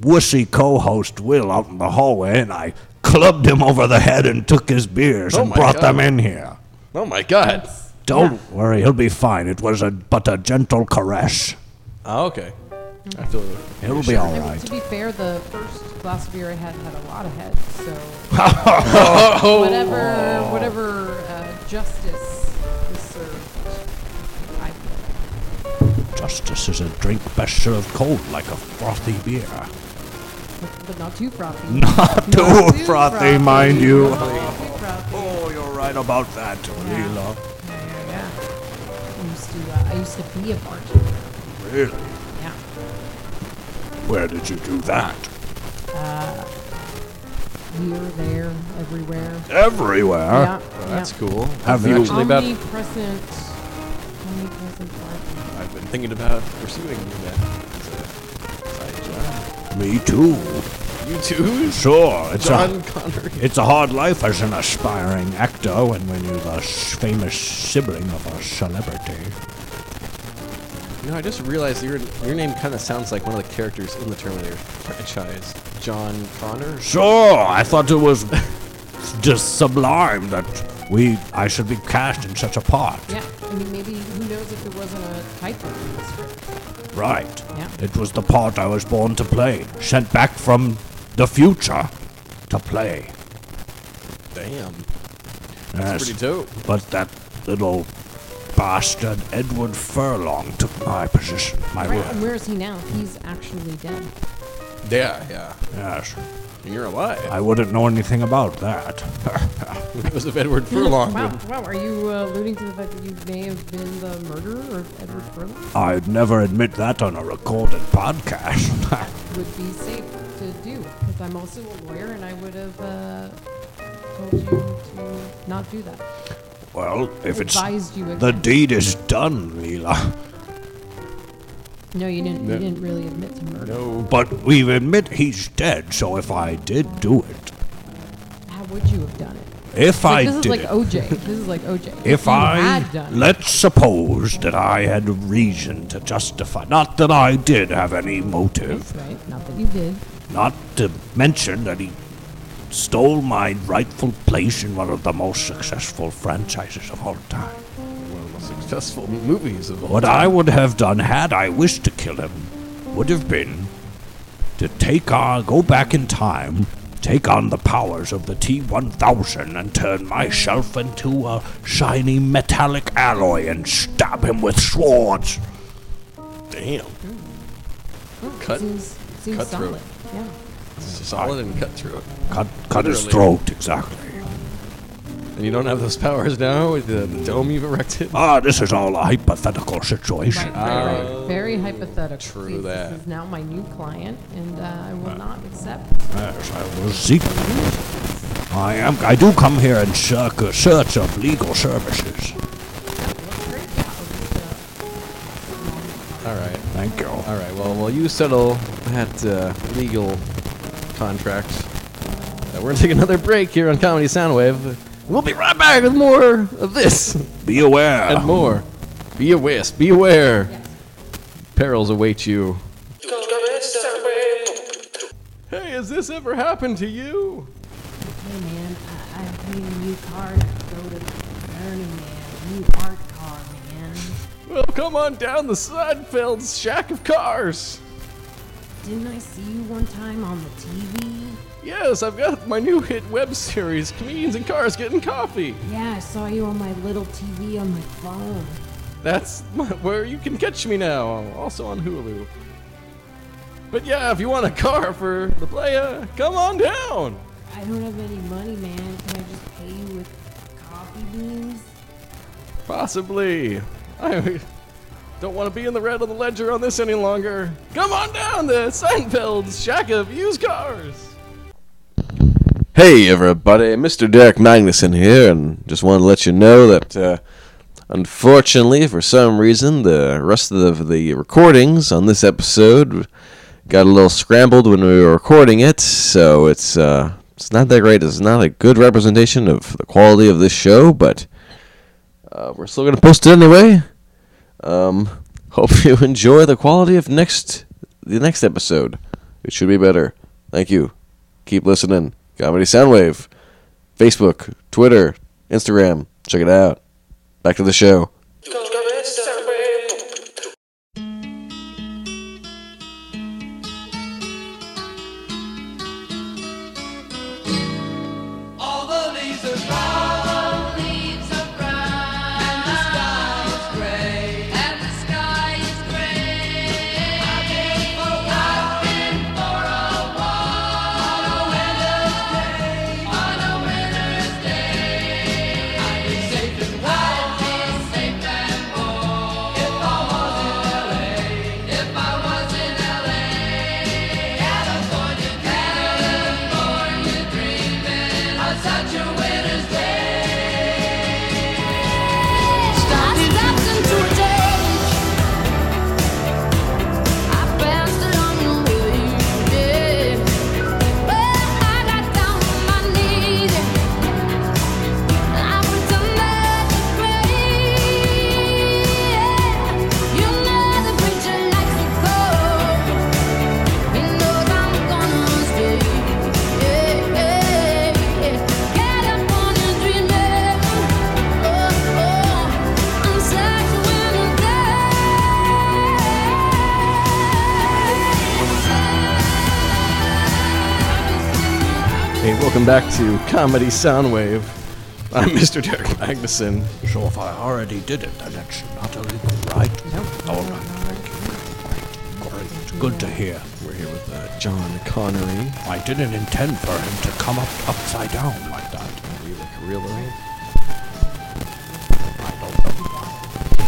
[SPEAKER 9] wussy co host Will out in the hallway and I clubbed him over the head and took his beers
[SPEAKER 2] Oh
[SPEAKER 9] and
[SPEAKER 2] my
[SPEAKER 9] brought
[SPEAKER 2] God.
[SPEAKER 9] them in here.
[SPEAKER 2] Oh my God.
[SPEAKER 9] Don't worry, he'll be fine. It was a, but a gentle caress.
[SPEAKER 2] Oh, okay. I feel.
[SPEAKER 9] He'll be all
[SPEAKER 6] I mean, to
[SPEAKER 9] right.
[SPEAKER 6] be fair, the first glass of beer I had had a lot of head, so
[SPEAKER 9] Oh.
[SPEAKER 6] whatever, whatever uh, justice was served, I feel.
[SPEAKER 9] Justice is a drink best served cold like a frothy beer.
[SPEAKER 6] But, but not too frothy.
[SPEAKER 9] Not too
[SPEAKER 6] Not
[SPEAKER 9] frothy, mind you.
[SPEAKER 6] Not too frothy.
[SPEAKER 9] Oh, you're right about that, Leela.
[SPEAKER 6] Yeah. I used to, uh, I used to be a bartender.
[SPEAKER 9] Really?
[SPEAKER 6] Yeah.
[SPEAKER 9] Where did you do that?
[SPEAKER 6] Here, there, everywhere.
[SPEAKER 9] Everywhere.
[SPEAKER 6] yeah.
[SPEAKER 2] That's
[SPEAKER 6] yeah.
[SPEAKER 2] cool.
[SPEAKER 9] Have
[SPEAKER 2] I've been
[SPEAKER 9] you-
[SPEAKER 2] actually about?
[SPEAKER 6] Omnipresent. Omnipresent bartender.
[SPEAKER 2] I've been thinking about pursuing that. as a side job.
[SPEAKER 9] Me too.
[SPEAKER 2] You too,
[SPEAKER 9] Sure, it's
[SPEAKER 2] John
[SPEAKER 9] a
[SPEAKER 2] Connor.
[SPEAKER 9] it's a hard life as an aspiring actor when, when you're the s- famous sibling of a celebrity.
[SPEAKER 2] You know, I just realized your your name kind of sounds like one of the characters in the Terminator franchise, John Connor.
[SPEAKER 9] Sure, I thought it was just sublime that we I should be cast in such a part.
[SPEAKER 6] Yeah. I mean, maybe who knows if there wasn't a typo in the script.
[SPEAKER 9] Right.
[SPEAKER 6] Yeah.
[SPEAKER 9] It was the part I was born to play, sent back from the future to play.
[SPEAKER 2] Damn,
[SPEAKER 9] Yes.
[SPEAKER 2] pretty dope.
[SPEAKER 9] But that little bastard Edward Furlong took my position, my
[SPEAKER 6] Right, and
[SPEAKER 9] word.
[SPEAKER 6] where is he now? He's actually dead.
[SPEAKER 2] Yeah, yeah.
[SPEAKER 9] Yes.
[SPEAKER 2] And you're alive.
[SPEAKER 9] I wouldn't know anything about that.
[SPEAKER 2] Because of Edward Furlong.
[SPEAKER 6] Wow, wow. Are you uh, alluding to the fact that you may have been the murderer of Edward Furlong?
[SPEAKER 9] I'd never admit that on a recorded podcast.
[SPEAKER 6] Would be safe to do because I'm also a lawyer and I would have uh, told you to not do that.
[SPEAKER 9] well, if it's
[SPEAKER 6] Advised you
[SPEAKER 9] the
[SPEAKER 6] against.
[SPEAKER 9] deed is done, Leela.
[SPEAKER 6] No, you didn't. You didn't really admit to murder.
[SPEAKER 9] But we admit he's dead, so if I did do it,
[SPEAKER 6] How would you have done it?
[SPEAKER 9] if
[SPEAKER 6] Like,
[SPEAKER 9] I
[SPEAKER 6] this is
[SPEAKER 9] did
[SPEAKER 6] like
[SPEAKER 9] it,
[SPEAKER 6] OJ. This is like OJ.
[SPEAKER 9] if
[SPEAKER 6] you
[SPEAKER 9] I
[SPEAKER 6] had done it,
[SPEAKER 9] let's suppose that I had reason to justify, not that I did have any motive,
[SPEAKER 6] right? Not that you did.
[SPEAKER 9] Not to mention that he stole my rightful place in one of the most successful franchises of all time.
[SPEAKER 2] One of the most successful movies of all
[SPEAKER 9] What I would have done had I wished to kill him would have been to take on, go back in time, take on the powers of the T1000 and turn myself into a shiny metallic alloy and stab him with swords.
[SPEAKER 2] Damn. Cut,
[SPEAKER 6] Oh, Seems, seems
[SPEAKER 2] Cutthroat.
[SPEAKER 6] solid. Yeah.
[SPEAKER 2] solid and cutthroat.
[SPEAKER 9] Cut, cut his
[SPEAKER 2] Literally.
[SPEAKER 9] throat, exactly.
[SPEAKER 2] And you don't have those powers now with the, the dome you've erected?
[SPEAKER 9] Ah, this is all a hypothetical
[SPEAKER 6] Right,
[SPEAKER 9] situation.
[SPEAKER 6] right, right. Very
[SPEAKER 2] Oh.
[SPEAKER 6] hypothetical.
[SPEAKER 2] true
[SPEAKER 6] See,
[SPEAKER 2] that.
[SPEAKER 6] This is now my new client, and uh, I will not accept.
[SPEAKER 9] Yes, I will seek. I am. I do come here in search, search of legal services.
[SPEAKER 2] All right.
[SPEAKER 9] Thank you.
[SPEAKER 2] All right. Well, while you settle that uh, legal contract, uh, we're gonna take another break here on Comedy Soundwave. We'll be right back with more of this
[SPEAKER 9] Be aware.
[SPEAKER 2] and more. Be aware. Be aware. Perils await you. Hey, has this ever happened to you?
[SPEAKER 6] Hey man, I, I need a new car to go to Burning Man. New art car, man.
[SPEAKER 2] Well, come on down the Seinfeld's shack of cars.
[SPEAKER 6] Didn't I see you one time on the TV?
[SPEAKER 2] Yes, I've got my new hit web series, Comedians and Cars Getting Coffee.
[SPEAKER 6] Yeah, I saw you on my little TV on my phone.
[SPEAKER 2] That's my, where you can catch me now, also on Hulu. But yeah, if you want a car for the playa, come on down.
[SPEAKER 6] I don't have any money, man. Can I just pay you with coffee beans?
[SPEAKER 2] Possibly. I don't want to be in the red of the ledger on this any longer. Come on down to Seinfeld's Shack of Used Cars. Hey, everybody. Mr. Derek Magnuson here, and just want to let you know that uh, unfortunately, for some reason, the rest of the, the recordings on this episode got a little scrambled when we were recording it, so it's. Uh, it's not that great. It's not a good representation of the quality of this show, but uh, we're still going to post it anyway. Um, hope you enjoy the quality of next the next episode. It should be better. Thank you. Keep listening. Comedy Soundwave, Facebook, Twitter, Instagram. Check it out. Back to the show.
[SPEAKER 10] Oh,
[SPEAKER 2] Hey, welcome back to Comedy Soundwave. I'm Mr. Derek Magnuson.
[SPEAKER 9] So if I already did it, then it's not illegal, right? All right. Thank you. Great. Great. Good to hear.
[SPEAKER 2] We're here with uh, John Connery.
[SPEAKER 9] I didn't intend for him to come up upside down like that.
[SPEAKER 2] You look real old.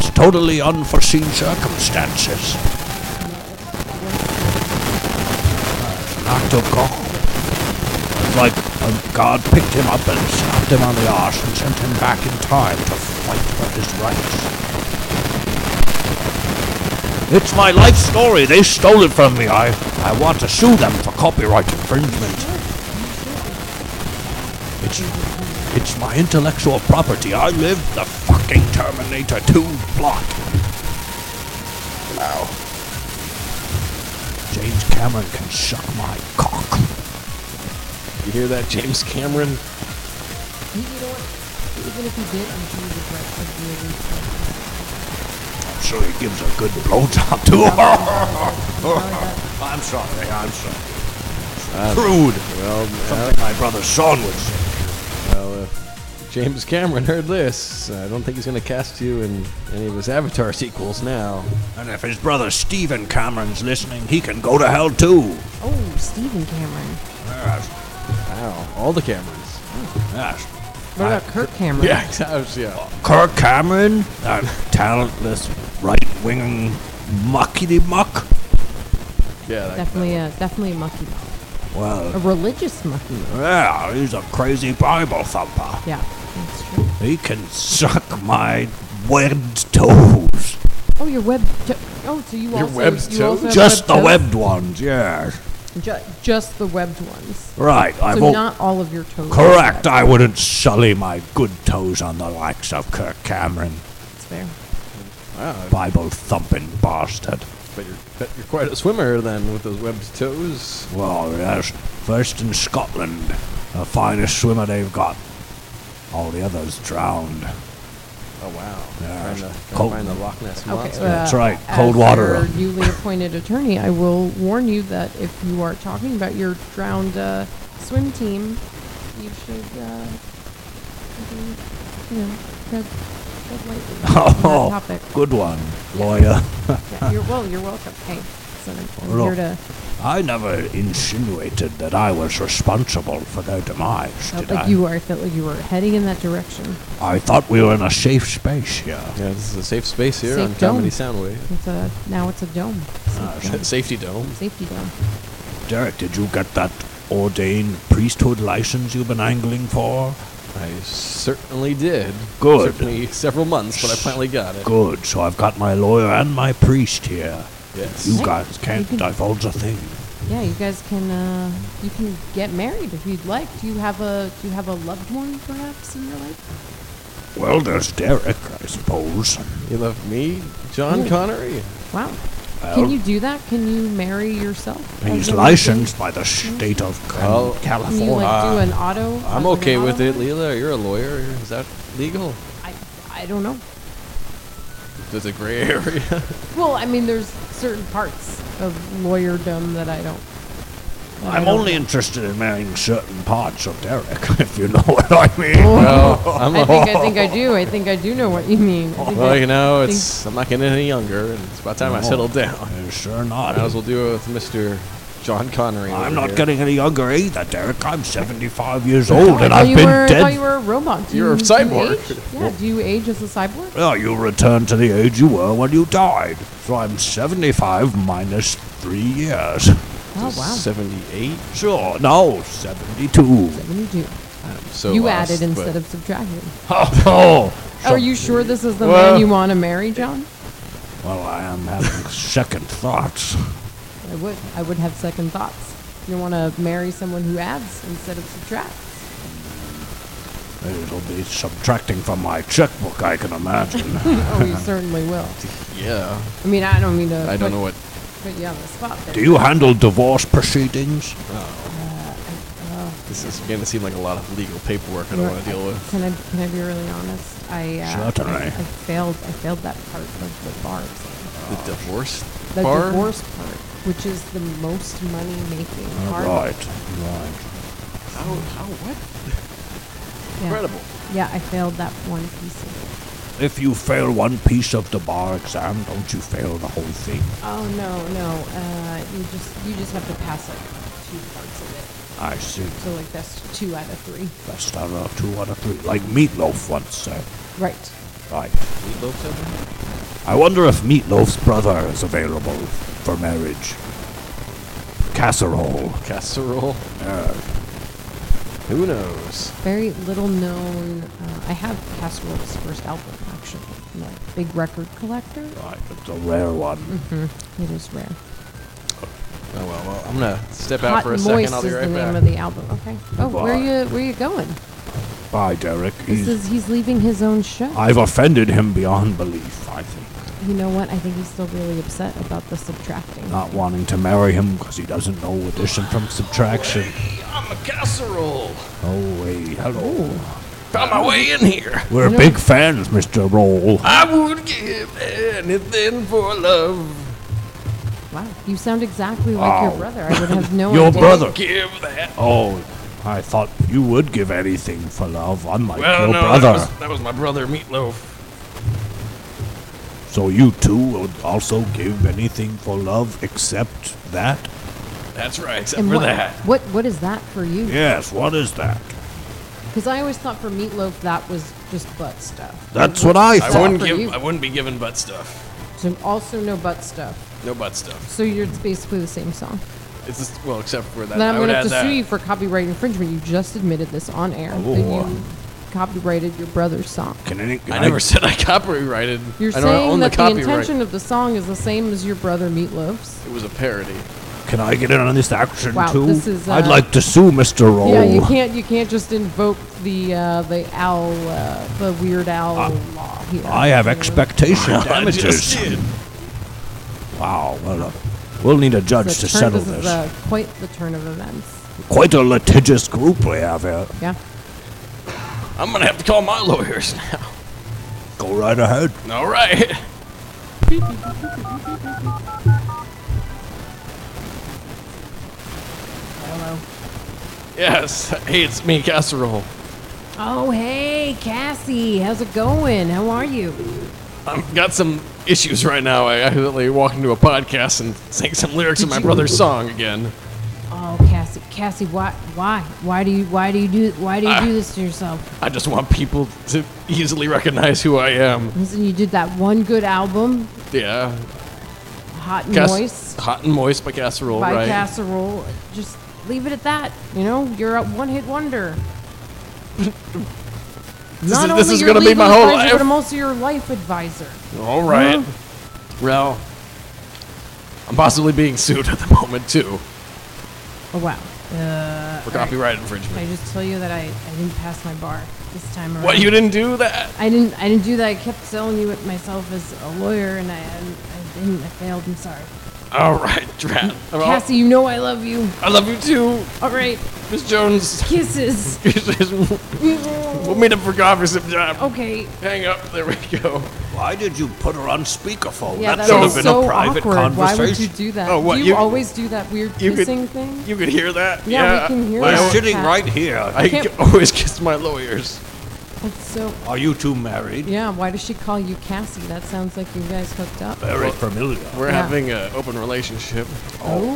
[SPEAKER 9] It's totally unforeseen circumstances. Act of God. It's like um, God picked him up and slapped him on the arse and sent him back in time to fight for his rights. It's my life story. They stole it from me. I, I want to sue them for copyright infringement. It's it's my intellectual property. I lived the fucking Terminator 2 plot. Wow. James Cameron can suck my cock.
[SPEAKER 2] You hear that, James Cameron?
[SPEAKER 6] You know what? Even if he did, I'm sure the breath of the other
[SPEAKER 9] I'm sure he gives a good blowjob too. I'm sorry, I'm sorry. Crude.
[SPEAKER 2] Well,
[SPEAKER 9] Something my brother Sean would say.
[SPEAKER 2] well, if James Cameron heard this, I don't think he's going to cast you in any of his Avatar sequels now.
[SPEAKER 9] And if his brother Stephen Cameron's listening, he can go to hell too.
[SPEAKER 6] Oh, Stephen Cameron.
[SPEAKER 9] Yes,
[SPEAKER 2] Wow, all the Camerons.
[SPEAKER 9] yes.
[SPEAKER 6] What about Kirk Cameron?
[SPEAKER 2] Yeah, exactly. Yeah.
[SPEAKER 9] Kirk Cameron, that talentless right-wing muckety muck.
[SPEAKER 2] yeah that-
[SPEAKER 6] Definitely a definitely a mucky mouth.
[SPEAKER 9] Well,
[SPEAKER 6] A religious mucky mouth.
[SPEAKER 9] yeah, he's a crazy Bible thumper.
[SPEAKER 6] Yeah, that's true.
[SPEAKER 9] He can suck my webbed toes.
[SPEAKER 6] Oh, your web. T- oh, so you also
[SPEAKER 2] webbed
[SPEAKER 6] you also have
[SPEAKER 9] Just the
[SPEAKER 6] toes?
[SPEAKER 9] webbed ones, yes.
[SPEAKER 6] Ju- just the webbed ones.
[SPEAKER 9] Right, I've
[SPEAKER 6] so
[SPEAKER 9] al-
[SPEAKER 6] not all of your toes. are
[SPEAKER 9] Correct.
[SPEAKER 6] webbed.
[SPEAKER 9] I wouldn't sully my good toes on the likes of Kirk Cameron,
[SPEAKER 6] That's fair.
[SPEAKER 9] Bible thumping bastard.
[SPEAKER 2] But you're, but you're quite a swimmer then with those webbed toes.
[SPEAKER 9] Well, yes, first in Scotland, the finest swimmer they've got. All the others drowned.
[SPEAKER 2] Oh wow!
[SPEAKER 9] Yeah,
[SPEAKER 2] trying to,
[SPEAKER 9] it's
[SPEAKER 2] trying
[SPEAKER 9] cold.
[SPEAKER 2] to find the Loch Ness
[SPEAKER 6] Okay,
[SPEAKER 2] monster.
[SPEAKER 9] That's
[SPEAKER 6] uh,
[SPEAKER 9] right,
[SPEAKER 6] as
[SPEAKER 9] cold water.
[SPEAKER 6] Your newly appointed attorney, I will warn you that if you are talking about your drowned uh, swim team, you should, uh, maybe, you know, tread, tread lightly on
[SPEAKER 9] Oh,
[SPEAKER 6] that topic.
[SPEAKER 9] good one, lawyer.
[SPEAKER 6] Yeah, you're, well, you're welcome. Hey, so I'm, I'm
[SPEAKER 9] Look.
[SPEAKER 6] here to.
[SPEAKER 9] I never insinuated that I was responsible for their demise,
[SPEAKER 6] Felt
[SPEAKER 9] did
[SPEAKER 6] like
[SPEAKER 9] I?
[SPEAKER 6] you were. I felt like you were heading in that direction.
[SPEAKER 9] I thought we were in a safe space here.
[SPEAKER 2] yeah, this is a safe space here
[SPEAKER 6] Safe
[SPEAKER 2] on Comedy
[SPEAKER 6] It's a now it's a dome,
[SPEAKER 2] Soundwave. Safety dome.
[SPEAKER 6] safety dome.
[SPEAKER 9] Derek, did you get that ordained priesthood license you've been angling for?
[SPEAKER 2] I certainly did.
[SPEAKER 9] Good.
[SPEAKER 2] Certainly several months, but I finally got it.
[SPEAKER 9] Good, so I've got my lawyer and my priest here.
[SPEAKER 2] Yes.
[SPEAKER 9] You
[SPEAKER 6] Right.
[SPEAKER 9] guys can't
[SPEAKER 6] can-
[SPEAKER 9] divulge a thing.
[SPEAKER 6] Yeah, you guys can uh, you can get married if you'd like. Do you have a do you have a loved one perhaps in your life?
[SPEAKER 9] Well, there's Derek, I suppose.
[SPEAKER 2] You love me, John
[SPEAKER 6] Yeah.
[SPEAKER 2] Connery.
[SPEAKER 6] Wow.
[SPEAKER 9] Well-
[SPEAKER 6] can you do that? Can you marry yourself? as
[SPEAKER 9] He's
[SPEAKER 6] a lesbian?
[SPEAKER 9] licensed by the state of Cal-
[SPEAKER 2] Well,
[SPEAKER 6] Can you
[SPEAKER 9] California.
[SPEAKER 6] like do an auto?
[SPEAKER 2] Ah, I'm
[SPEAKER 6] like, an
[SPEAKER 2] okay with
[SPEAKER 6] auto?
[SPEAKER 2] it, Leela. You're a lawyer. Is that legal?
[SPEAKER 6] I I don't know.
[SPEAKER 2] There's a gray area.
[SPEAKER 6] Well, I mean, there's certain parts of lawyerdom that I don't. that I
[SPEAKER 9] I'm
[SPEAKER 6] don't-
[SPEAKER 9] only interested in marrying certain parts of Derek, if you know what I mean.
[SPEAKER 6] Oh.
[SPEAKER 2] well, Oh, I'm
[SPEAKER 6] I
[SPEAKER 2] a,
[SPEAKER 6] think I think I do. I think I do know what you mean. I think I-
[SPEAKER 2] well, you know,
[SPEAKER 6] think-
[SPEAKER 2] it's I'm not getting any younger, and it's about time I
[SPEAKER 9] No.
[SPEAKER 2] settled down.
[SPEAKER 9] Uh, Sure not.
[SPEAKER 2] Might as well do it with Mr. John Connery.
[SPEAKER 9] I'm
[SPEAKER 2] over
[SPEAKER 9] not
[SPEAKER 2] here.
[SPEAKER 9] getting any younger either, Derek. I'm 75 years old
[SPEAKER 6] I
[SPEAKER 9] and
[SPEAKER 6] thought
[SPEAKER 9] I've
[SPEAKER 6] you
[SPEAKER 9] been
[SPEAKER 6] were, I thought you
[SPEAKER 9] dead.
[SPEAKER 6] were a robot. Do
[SPEAKER 2] You're a
[SPEAKER 6] you- do you
[SPEAKER 2] cyborg.
[SPEAKER 6] age? Yeah. Do you age as a cyborg?
[SPEAKER 9] Well, you returned to the age you were when you died. So I'm 75 minus three years.
[SPEAKER 6] Oh wow.
[SPEAKER 2] 78.
[SPEAKER 9] Sure, no, 72.
[SPEAKER 6] What do you do?
[SPEAKER 2] I'm so
[SPEAKER 6] you
[SPEAKER 2] lost,
[SPEAKER 6] added
[SPEAKER 2] but-
[SPEAKER 6] instead of subtracted.
[SPEAKER 9] Oh,
[SPEAKER 6] Are you sure this is the
[SPEAKER 2] Well-
[SPEAKER 6] man you want to marry, John?
[SPEAKER 9] Well, I am having second thoughts.
[SPEAKER 6] I would. I would have second thoughts. You want to marry someone who adds instead of subtracts.
[SPEAKER 9] It'll be subtracting from my checkbook, I can imagine.
[SPEAKER 6] oh, you certainly will.
[SPEAKER 2] Yeah.
[SPEAKER 6] I mean, I don't mean to.
[SPEAKER 2] I don't
[SPEAKER 6] put,
[SPEAKER 2] know what.
[SPEAKER 6] Put you on the spot. There.
[SPEAKER 9] Do you handle divorce proceedings?
[SPEAKER 2] This is going to seem like a lot of legal paperwork I don't
[SPEAKER 6] You're-
[SPEAKER 2] want to deal with.
[SPEAKER 6] Can I can I be really honest? I uh,
[SPEAKER 9] Certainly.
[SPEAKER 6] I, I failed. I failed that part of the bar. exam.
[SPEAKER 2] The divorce
[SPEAKER 6] The
[SPEAKER 2] bar?
[SPEAKER 6] divorce part, which is the most money making part.
[SPEAKER 9] Right, right.
[SPEAKER 2] How, how, what?
[SPEAKER 6] Yeah.
[SPEAKER 2] Incredible.
[SPEAKER 6] Yeah, I failed that one piece of it.
[SPEAKER 9] If you fail one piece of the bar exam, don't you fail the whole thing?
[SPEAKER 6] Oh no, no. Uh, you just you just have to pass like two parts of
[SPEAKER 9] I see.
[SPEAKER 6] it. So like that's two out of three.
[SPEAKER 9] Best out of two out of three. Like Meatloaf once said.
[SPEAKER 6] Right.
[SPEAKER 9] Right.
[SPEAKER 2] Meatloaf said
[SPEAKER 9] I wonder if Meatloaf's brother is available for marriage. Casserole.
[SPEAKER 2] that? Casserole.
[SPEAKER 9] Uh,
[SPEAKER 2] Who knows?
[SPEAKER 6] Very little known. Uh, I have Casserole's first album actually. I'm a big record collector.
[SPEAKER 9] right, it's a rare one.
[SPEAKER 6] It is rare.
[SPEAKER 2] Oh, well, well. I'm going to step out
[SPEAKER 6] Hot
[SPEAKER 2] for a
[SPEAKER 6] and
[SPEAKER 2] second.
[SPEAKER 6] Moist
[SPEAKER 2] I'll be
[SPEAKER 6] is
[SPEAKER 2] right
[SPEAKER 6] the
[SPEAKER 2] back.
[SPEAKER 6] name of the album. Okay. Oh, where
[SPEAKER 9] Goodbye.
[SPEAKER 6] you where you going?
[SPEAKER 9] Bye, Derek.
[SPEAKER 6] This
[SPEAKER 9] He's-
[SPEAKER 6] is he's leaving his own show.
[SPEAKER 9] I've offended him beyond belief, I think.
[SPEAKER 6] You know what? I think he's still really upset about the subtracting.
[SPEAKER 9] Not wanting to marry him because he doesn't know addition from subtraction.
[SPEAKER 2] I'm a casserole.
[SPEAKER 9] Oh, hey, hello.
[SPEAKER 2] Found my way in here.
[SPEAKER 9] We're big fans, Mr. Roll.
[SPEAKER 2] I would give anything for love.
[SPEAKER 6] Wow. You sound exactly like
[SPEAKER 9] Wow.
[SPEAKER 6] your brother. I would have no
[SPEAKER 9] Your
[SPEAKER 6] idea.
[SPEAKER 9] brother.
[SPEAKER 2] Give that.
[SPEAKER 9] Oh, I thought you would give anything for love, unlike
[SPEAKER 2] Well,
[SPEAKER 9] your
[SPEAKER 2] no,
[SPEAKER 9] brother.
[SPEAKER 2] That, was, that was my brother Meatloaf.
[SPEAKER 9] So you too would also give anything for love except that?
[SPEAKER 2] That's right, except
[SPEAKER 6] And
[SPEAKER 2] for
[SPEAKER 6] what,
[SPEAKER 2] that.
[SPEAKER 6] what what is that for you?
[SPEAKER 9] Yes, what is that?
[SPEAKER 6] Because I always thought for meatloaf that was just butt stuff.
[SPEAKER 9] That's what I
[SPEAKER 2] I
[SPEAKER 6] that
[SPEAKER 9] thought.
[SPEAKER 2] wouldn't
[SPEAKER 6] for
[SPEAKER 2] give.
[SPEAKER 6] you?
[SPEAKER 2] I wouldn't be giving butt stuff.
[SPEAKER 6] So also no butt stuff.
[SPEAKER 2] No butt stuff.
[SPEAKER 6] So you're it's basically the same song.
[SPEAKER 2] It's just, well, except for that.
[SPEAKER 6] Then I'm
[SPEAKER 2] I would
[SPEAKER 6] gonna have
[SPEAKER 2] add
[SPEAKER 6] to
[SPEAKER 2] that. Oh,
[SPEAKER 6] sue you for copyright infringement. You just admitted this on air that you copyrighted your brother's song.
[SPEAKER 9] Can any, can
[SPEAKER 2] I never said I copyrighted.
[SPEAKER 6] You're
[SPEAKER 2] I don't
[SPEAKER 6] saying
[SPEAKER 2] own
[SPEAKER 6] that
[SPEAKER 2] the
[SPEAKER 6] the,
[SPEAKER 2] copyright.
[SPEAKER 6] intention of the song is the same as your brother Meatloaf's.
[SPEAKER 2] It was a parody.
[SPEAKER 9] Can I get in on this action
[SPEAKER 6] Wow,
[SPEAKER 9] too?
[SPEAKER 6] this is,
[SPEAKER 9] I'd
[SPEAKER 6] uh,
[SPEAKER 9] like to sue Mr. Roll.
[SPEAKER 6] Yeah, you can't you can't just invoke the uh, the owl uh, the weird owl law here.
[SPEAKER 9] I have expectation damages.
[SPEAKER 2] I just did.
[SPEAKER 9] Wow, well, uh, we'll need a judge
[SPEAKER 6] It's a
[SPEAKER 9] to
[SPEAKER 6] turn-
[SPEAKER 9] settle
[SPEAKER 6] This
[SPEAKER 9] this.
[SPEAKER 6] is uh, quite the turn of events.
[SPEAKER 9] Quite a litigious group we have here.
[SPEAKER 6] Yeah.
[SPEAKER 2] I'm gonna have to call my lawyers now.
[SPEAKER 9] Go right ahead.
[SPEAKER 2] All right.
[SPEAKER 6] Hello.
[SPEAKER 2] Yes. Hey, it's me, casserole.
[SPEAKER 6] Oh hey Cassie, how's it going? How are you?
[SPEAKER 2] I've got some issues right now. I accidentally walked into a podcast and sang some lyrics of my brother's song again.
[SPEAKER 6] Oh Cassie, Cassie, why why why do you why do you do why do you do this to yourself?
[SPEAKER 2] I just want people to easily recognize who I am.
[SPEAKER 6] Listen, you did that one good album,
[SPEAKER 2] Yeah.
[SPEAKER 6] Hot and
[SPEAKER 2] Cas-
[SPEAKER 6] Moist
[SPEAKER 2] Hot and moist by casserole,
[SPEAKER 6] by
[SPEAKER 2] right?
[SPEAKER 6] Casserole. Just leave it at that. You know, you're a one hit wonder.
[SPEAKER 2] this
[SPEAKER 6] Not
[SPEAKER 2] is,
[SPEAKER 6] only
[SPEAKER 2] this is
[SPEAKER 6] your
[SPEAKER 2] gonna be my
[SPEAKER 6] legal
[SPEAKER 2] whole
[SPEAKER 6] advisor, but I'm
[SPEAKER 2] life.
[SPEAKER 6] also your life advisor.
[SPEAKER 2] All right. Well, I'm possibly being sued at the moment too
[SPEAKER 6] Oh wow. Uh,
[SPEAKER 2] for
[SPEAKER 6] all right.
[SPEAKER 2] copyright
[SPEAKER 6] Can I
[SPEAKER 2] infringement.
[SPEAKER 6] just tell you that I, I didn't pass my bar this time around?
[SPEAKER 2] What? You didn't do that?
[SPEAKER 6] I didn't I didn't do that. I kept selling you it myself as a lawyer, and I I, I didn't. I failed. I'm sorry.
[SPEAKER 2] All right, Drat. Uh, Well,
[SPEAKER 6] Cassie, you know I love you.
[SPEAKER 2] I love you too,
[SPEAKER 6] All right,
[SPEAKER 2] Miss Jones.
[SPEAKER 6] kisses.
[SPEAKER 2] we'll meet up for coffee sometime.
[SPEAKER 6] Okay.
[SPEAKER 2] Hang up. There we go.
[SPEAKER 9] Why did you put her on speakerphone?
[SPEAKER 6] Yeah,
[SPEAKER 2] that
[SPEAKER 6] that
[SPEAKER 2] should've
[SPEAKER 6] was
[SPEAKER 2] been a
[SPEAKER 6] so
[SPEAKER 9] private
[SPEAKER 6] awkward. Why would you
[SPEAKER 9] conversation.
[SPEAKER 6] do that?
[SPEAKER 2] Oh, what,
[SPEAKER 6] do you,
[SPEAKER 2] you-
[SPEAKER 6] always do that weird
[SPEAKER 2] you could-
[SPEAKER 6] kissing thing?
[SPEAKER 2] You could hear that?
[SPEAKER 6] Yeah, we can hear
[SPEAKER 2] Well,
[SPEAKER 6] that.
[SPEAKER 2] I, always-
[SPEAKER 9] sitting
[SPEAKER 6] Cat.
[SPEAKER 9] right here.
[SPEAKER 2] I
[SPEAKER 6] Can't-
[SPEAKER 2] can always kiss my lawyers.
[SPEAKER 6] That's so.
[SPEAKER 9] Are you two married?
[SPEAKER 6] Yeah. Why does she call you Cassie? That sounds like you guys hooked up.
[SPEAKER 9] Very familiar.
[SPEAKER 2] We're
[SPEAKER 6] Yeah.
[SPEAKER 2] having an open relationship.
[SPEAKER 6] Oh,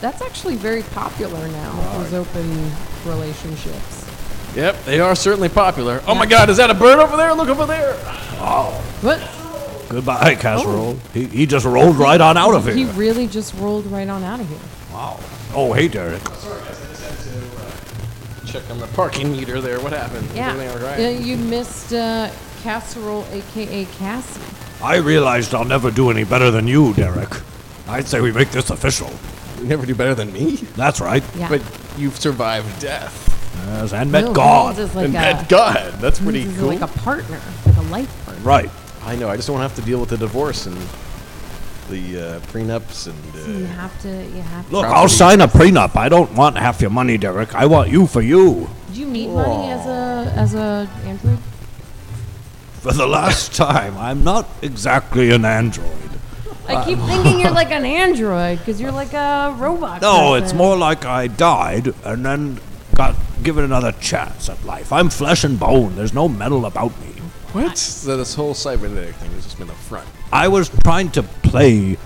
[SPEAKER 6] that's actually very popular now. Those open relationships.
[SPEAKER 2] Yep, they are certainly popular. Oh my God, is that a bird over there? Look over there.
[SPEAKER 6] What?
[SPEAKER 2] Oh.
[SPEAKER 9] Goodbye, casserole. He, he just rolled right on out of
[SPEAKER 6] He
[SPEAKER 9] here.
[SPEAKER 6] really just rolled right on out of here.
[SPEAKER 9] Wow. Oh, hey, Derek.
[SPEAKER 2] Check on the parking meter there. What happened? Everything all right?
[SPEAKER 6] Yeah, you missed uh, Casserole, aka Cassie.
[SPEAKER 9] I realized I'll never do any better than you, Derek. I'd say we make this official.
[SPEAKER 2] You never do better than me.
[SPEAKER 9] That's right.
[SPEAKER 6] Yeah.
[SPEAKER 2] But you've survived death.
[SPEAKER 9] Yes, and
[SPEAKER 6] Will
[SPEAKER 9] met God.
[SPEAKER 6] Haynes is like
[SPEAKER 2] and
[SPEAKER 6] a,
[SPEAKER 2] met God. That's pretty
[SPEAKER 6] Haynes is
[SPEAKER 2] cool.
[SPEAKER 6] like a partner, like a life partner.
[SPEAKER 9] Right.
[SPEAKER 2] I know. I just don't have to deal with the divorce and the uh, prenups and.
[SPEAKER 6] You
[SPEAKER 2] Uh,
[SPEAKER 6] have to. You have.
[SPEAKER 9] Look,
[SPEAKER 2] Property.
[SPEAKER 9] I'll sign a prenup. I don't want half your money, Derek. I want you for you.
[SPEAKER 6] Do you need money as a as a android?
[SPEAKER 9] For the last time, I'm not exactly an android. Uh,
[SPEAKER 6] I keep thinking you're like an android because you're like a robot.
[SPEAKER 9] No, it's
[SPEAKER 6] person.
[SPEAKER 9] more like I died and then got given another chance at life. I'm flesh and bone. There's no metal about me.
[SPEAKER 2] what? So this whole cybernetic thing has just been a front.
[SPEAKER 9] I was trying to play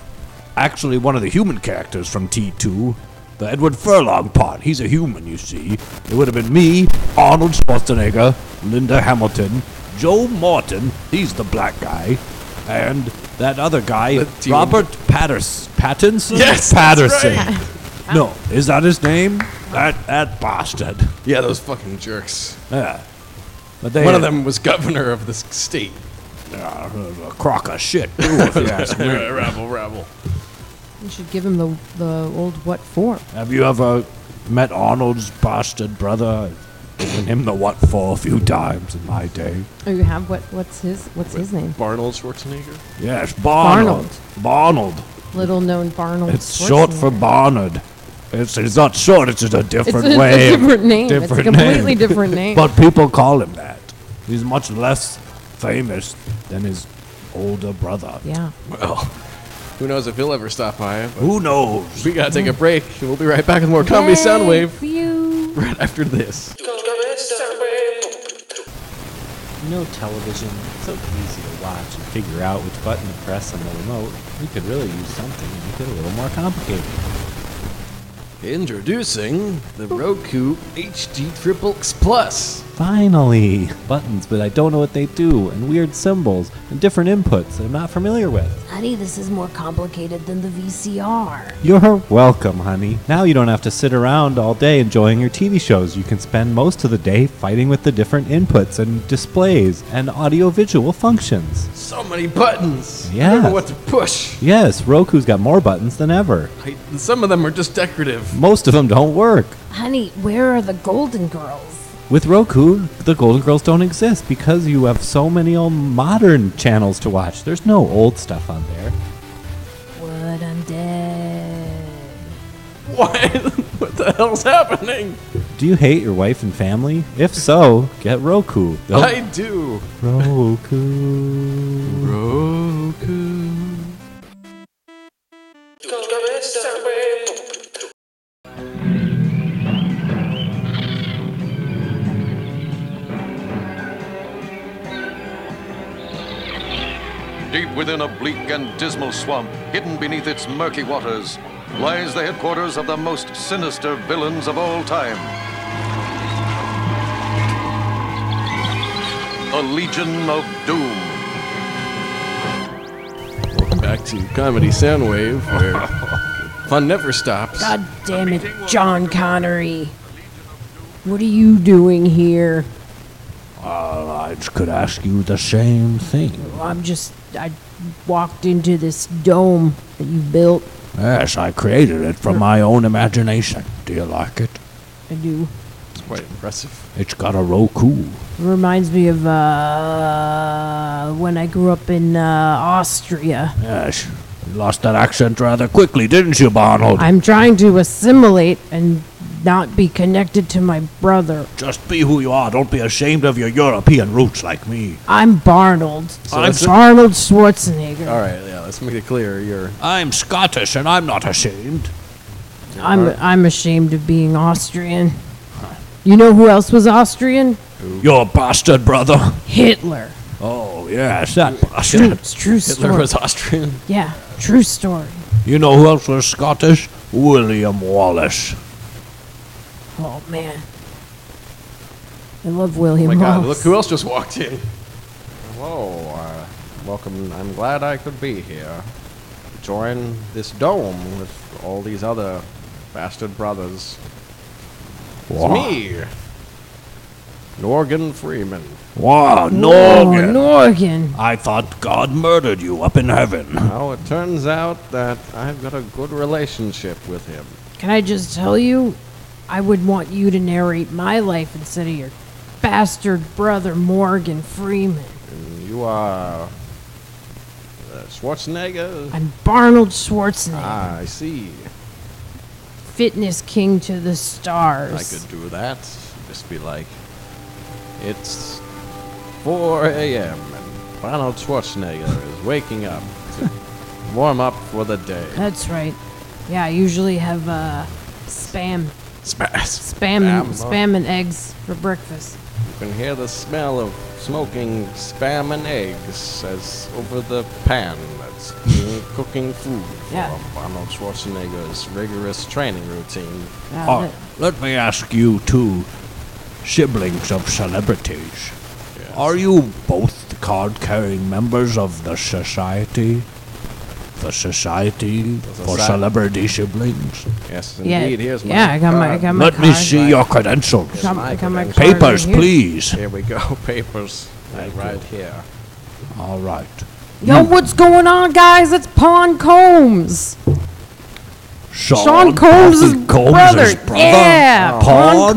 [SPEAKER 9] actually one of the human characters from T2, the Edward Furlong part. He's a human, you see. It would have been me, Arnold Schwarzenegger, Linda Hamilton, Joe Morton, he's the black guy, and that other guy,
[SPEAKER 2] The team.
[SPEAKER 9] Robert Patters- Pattinson?
[SPEAKER 2] Yes, that's
[SPEAKER 9] Patterson.
[SPEAKER 2] right.
[SPEAKER 9] no, is that his name? That, that bastard.
[SPEAKER 2] Yeah, those fucking jerks.
[SPEAKER 9] Yeah. But they
[SPEAKER 2] One of them was governor of this state.
[SPEAKER 9] Yeah, a crock of shit, too, if you ask me.
[SPEAKER 2] rabble, rabble.
[SPEAKER 6] You should give him the the old what for.
[SPEAKER 9] Have you ever met Arnold's bastard brother? given him the what for a few times in my day.
[SPEAKER 6] Oh, you have what? What's his? What's his name?
[SPEAKER 2] Barnold Schwarzenegger.
[SPEAKER 9] Yes, Barnold. Barnold.
[SPEAKER 6] Little known Barnold.
[SPEAKER 9] It's short for
[SPEAKER 6] Schwarzenegger.
[SPEAKER 9] Barnard. It's, it's not short, it's just a
[SPEAKER 6] It's
[SPEAKER 9] different
[SPEAKER 6] a,
[SPEAKER 9] way.
[SPEAKER 6] it's a
[SPEAKER 9] of-
[SPEAKER 6] different name. it's a
[SPEAKER 9] different
[SPEAKER 6] completely
[SPEAKER 9] name.
[SPEAKER 6] different name.
[SPEAKER 9] But people call him that. He's much less famous than his older brother.
[SPEAKER 6] yeah.
[SPEAKER 2] Well, who knows if he'll ever stop by? But
[SPEAKER 9] Who knows?
[SPEAKER 2] we gotta take a break. We'll be right back with more comedy Soundwave
[SPEAKER 6] You.
[SPEAKER 2] right after this.
[SPEAKER 5] Comedy Soundwave.
[SPEAKER 3] No television. It's so easy to watch and figure out which button to press on the remote. We could really use something to make it a little more complicated.
[SPEAKER 2] Introducing the Roku HD Triple X Plus.
[SPEAKER 3] Finally! Buttons, but I don't know what they do, and weird symbols, and different inputs that I'm not familiar with.
[SPEAKER 6] Honey, this is more complicated than the VCR.
[SPEAKER 3] You're welcome, honey. Now you don't have to sit around all day enjoying your TV shows. You can spend most of the day fighting with the different inputs and displays and audiovisual functions.
[SPEAKER 2] So many buttons. I don't
[SPEAKER 3] Yeah.
[SPEAKER 2] know what to push.
[SPEAKER 3] Yes, Roku's got more buttons than ever.
[SPEAKER 2] I, some of them are just decorative.
[SPEAKER 3] Most of them don't work.
[SPEAKER 6] Honey, where are the Golden Girls?
[SPEAKER 3] With Roku, the Golden Girls don't exist because you have so many old modern channels to watch. There's no old stuff on there.
[SPEAKER 6] What I'm dead.
[SPEAKER 2] What? what the hell's happening?
[SPEAKER 3] Do you hate your wife and family? If so, get Roku. They'll-
[SPEAKER 2] I do.
[SPEAKER 3] Roku.
[SPEAKER 2] Roku.
[SPEAKER 5] Comedy Soundwave.
[SPEAKER 11] Deep within a bleak and dismal swamp, hidden beneath its murky waters, lies the headquarters of the most sinister villains of all time. A Legion of Doom.
[SPEAKER 2] Welcome back to Comedy Soundwave, where fun never stops.
[SPEAKER 6] God damn it, John Connery. What are you doing here?
[SPEAKER 9] I just could ask you the same thing.
[SPEAKER 6] I'm just. I walked into this dome that you built.
[SPEAKER 9] Yes, I created it from my own imagination. Do you like it?
[SPEAKER 6] I do.
[SPEAKER 2] It's quite impressive.
[SPEAKER 9] It's got a Roku.
[SPEAKER 6] It reminds me of uh, when I grew up in uh, Austria.
[SPEAKER 9] Yes. You lost that accent rather quickly, didn't you, Barnold?
[SPEAKER 6] I'm trying to assimilate and not be connected to my brother.
[SPEAKER 9] Just be who you are. Don't be ashamed of your European roots like me.
[SPEAKER 6] I'm Barnold. I'm
[SPEAKER 2] that's-
[SPEAKER 6] Arnold Schwarzenegger.
[SPEAKER 2] All right, yeah, let's make it clear. You're
[SPEAKER 9] I'm Scottish and I'm not ashamed.
[SPEAKER 6] I'm I'm ashamed of being Austrian. You know who else was Austrian?
[SPEAKER 9] Your bastard brother.
[SPEAKER 6] Hitler.
[SPEAKER 9] Oh, yes, that
[SPEAKER 6] True,
[SPEAKER 9] bastard.
[SPEAKER 6] it's true story.
[SPEAKER 2] Hitler was Austrian.
[SPEAKER 6] yeah, true story.
[SPEAKER 9] You know who else was Scottish? William Wallace.
[SPEAKER 6] Oh man, I love William
[SPEAKER 2] Oh my God, look
[SPEAKER 6] Wallace.
[SPEAKER 2] who else just walked in. Hello, uh, welcome. I'm glad I could be here. Join this dome with all these other bastard brothers.
[SPEAKER 9] Wow.
[SPEAKER 2] It's me, Norgan Freeman.
[SPEAKER 9] Wow,
[SPEAKER 6] Oh,
[SPEAKER 9] Norgan.
[SPEAKER 6] Norgan.
[SPEAKER 9] I thought God murdered you up in heaven.
[SPEAKER 2] Now it turns out that I've got a good relationship with him.
[SPEAKER 6] Can I just tell you? I would want you to narrate my life instead of your bastard brother Morgan Freeman.
[SPEAKER 2] You are uh, Schwarzenegger.
[SPEAKER 6] I'm Barnold Schwarzenegger,
[SPEAKER 2] Ah, I see.
[SPEAKER 6] fitness king to the stars.
[SPEAKER 2] I could do that. Just be like, it's 4 a.m. and Ronald Schwarzenegger is waking up to warm up for the day.
[SPEAKER 6] That's right. Yeah, I usually have uh, spam,
[SPEAKER 2] Smash.
[SPEAKER 6] spam,
[SPEAKER 2] Spam,
[SPEAKER 6] and,
[SPEAKER 2] huh?
[SPEAKER 6] spam and eggs for breakfast.
[SPEAKER 2] You can hear the smell of smoking spam and eggs as over the pan that's being cooking food for
[SPEAKER 6] Yeah.
[SPEAKER 2] Arnold Schwarzenegger's rigorous training routine.
[SPEAKER 6] Yeah,
[SPEAKER 9] Oh, let me ask you two siblings of celebrities. Are you both card carrying members of the society? The Society for
[SPEAKER 2] Soci-
[SPEAKER 9] Celebrity Siblings?
[SPEAKER 2] Yes,
[SPEAKER 6] that- yeah,
[SPEAKER 2] indeed. Here's my
[SPEAKER 6] yeah, I got my, I
[SPEAKER 2] card.
[SPEAKER 6] got my
[SPEAKER 9] Let me
[SPEAKER 6] card.
[SPEAKER 9] see your credentials.
[SPEAKER 6] Got- I
[SPEAKER 2] my
[SPEAKER 6] got my
[SPEAKER 2] credentials.
[SPEAKER 6] card right
[SPEAKER 9] Papers,
[SPEAKER 6] here.
[SPEAKER 9] please.
[SPEAKER 2] Here we go, papers. right here.
[SPEAKER 9] All right.
[SPEAKER 6] Yo, what's going on, guys? It's Pon Combs.
[SPEAKER 9] Sean,
[SPEAKER 6] Sean Combs'
[SPEAKER 9] Combs'
[SPEAKER 6] brother. Yeah,
[SPEAKER 9] Pawn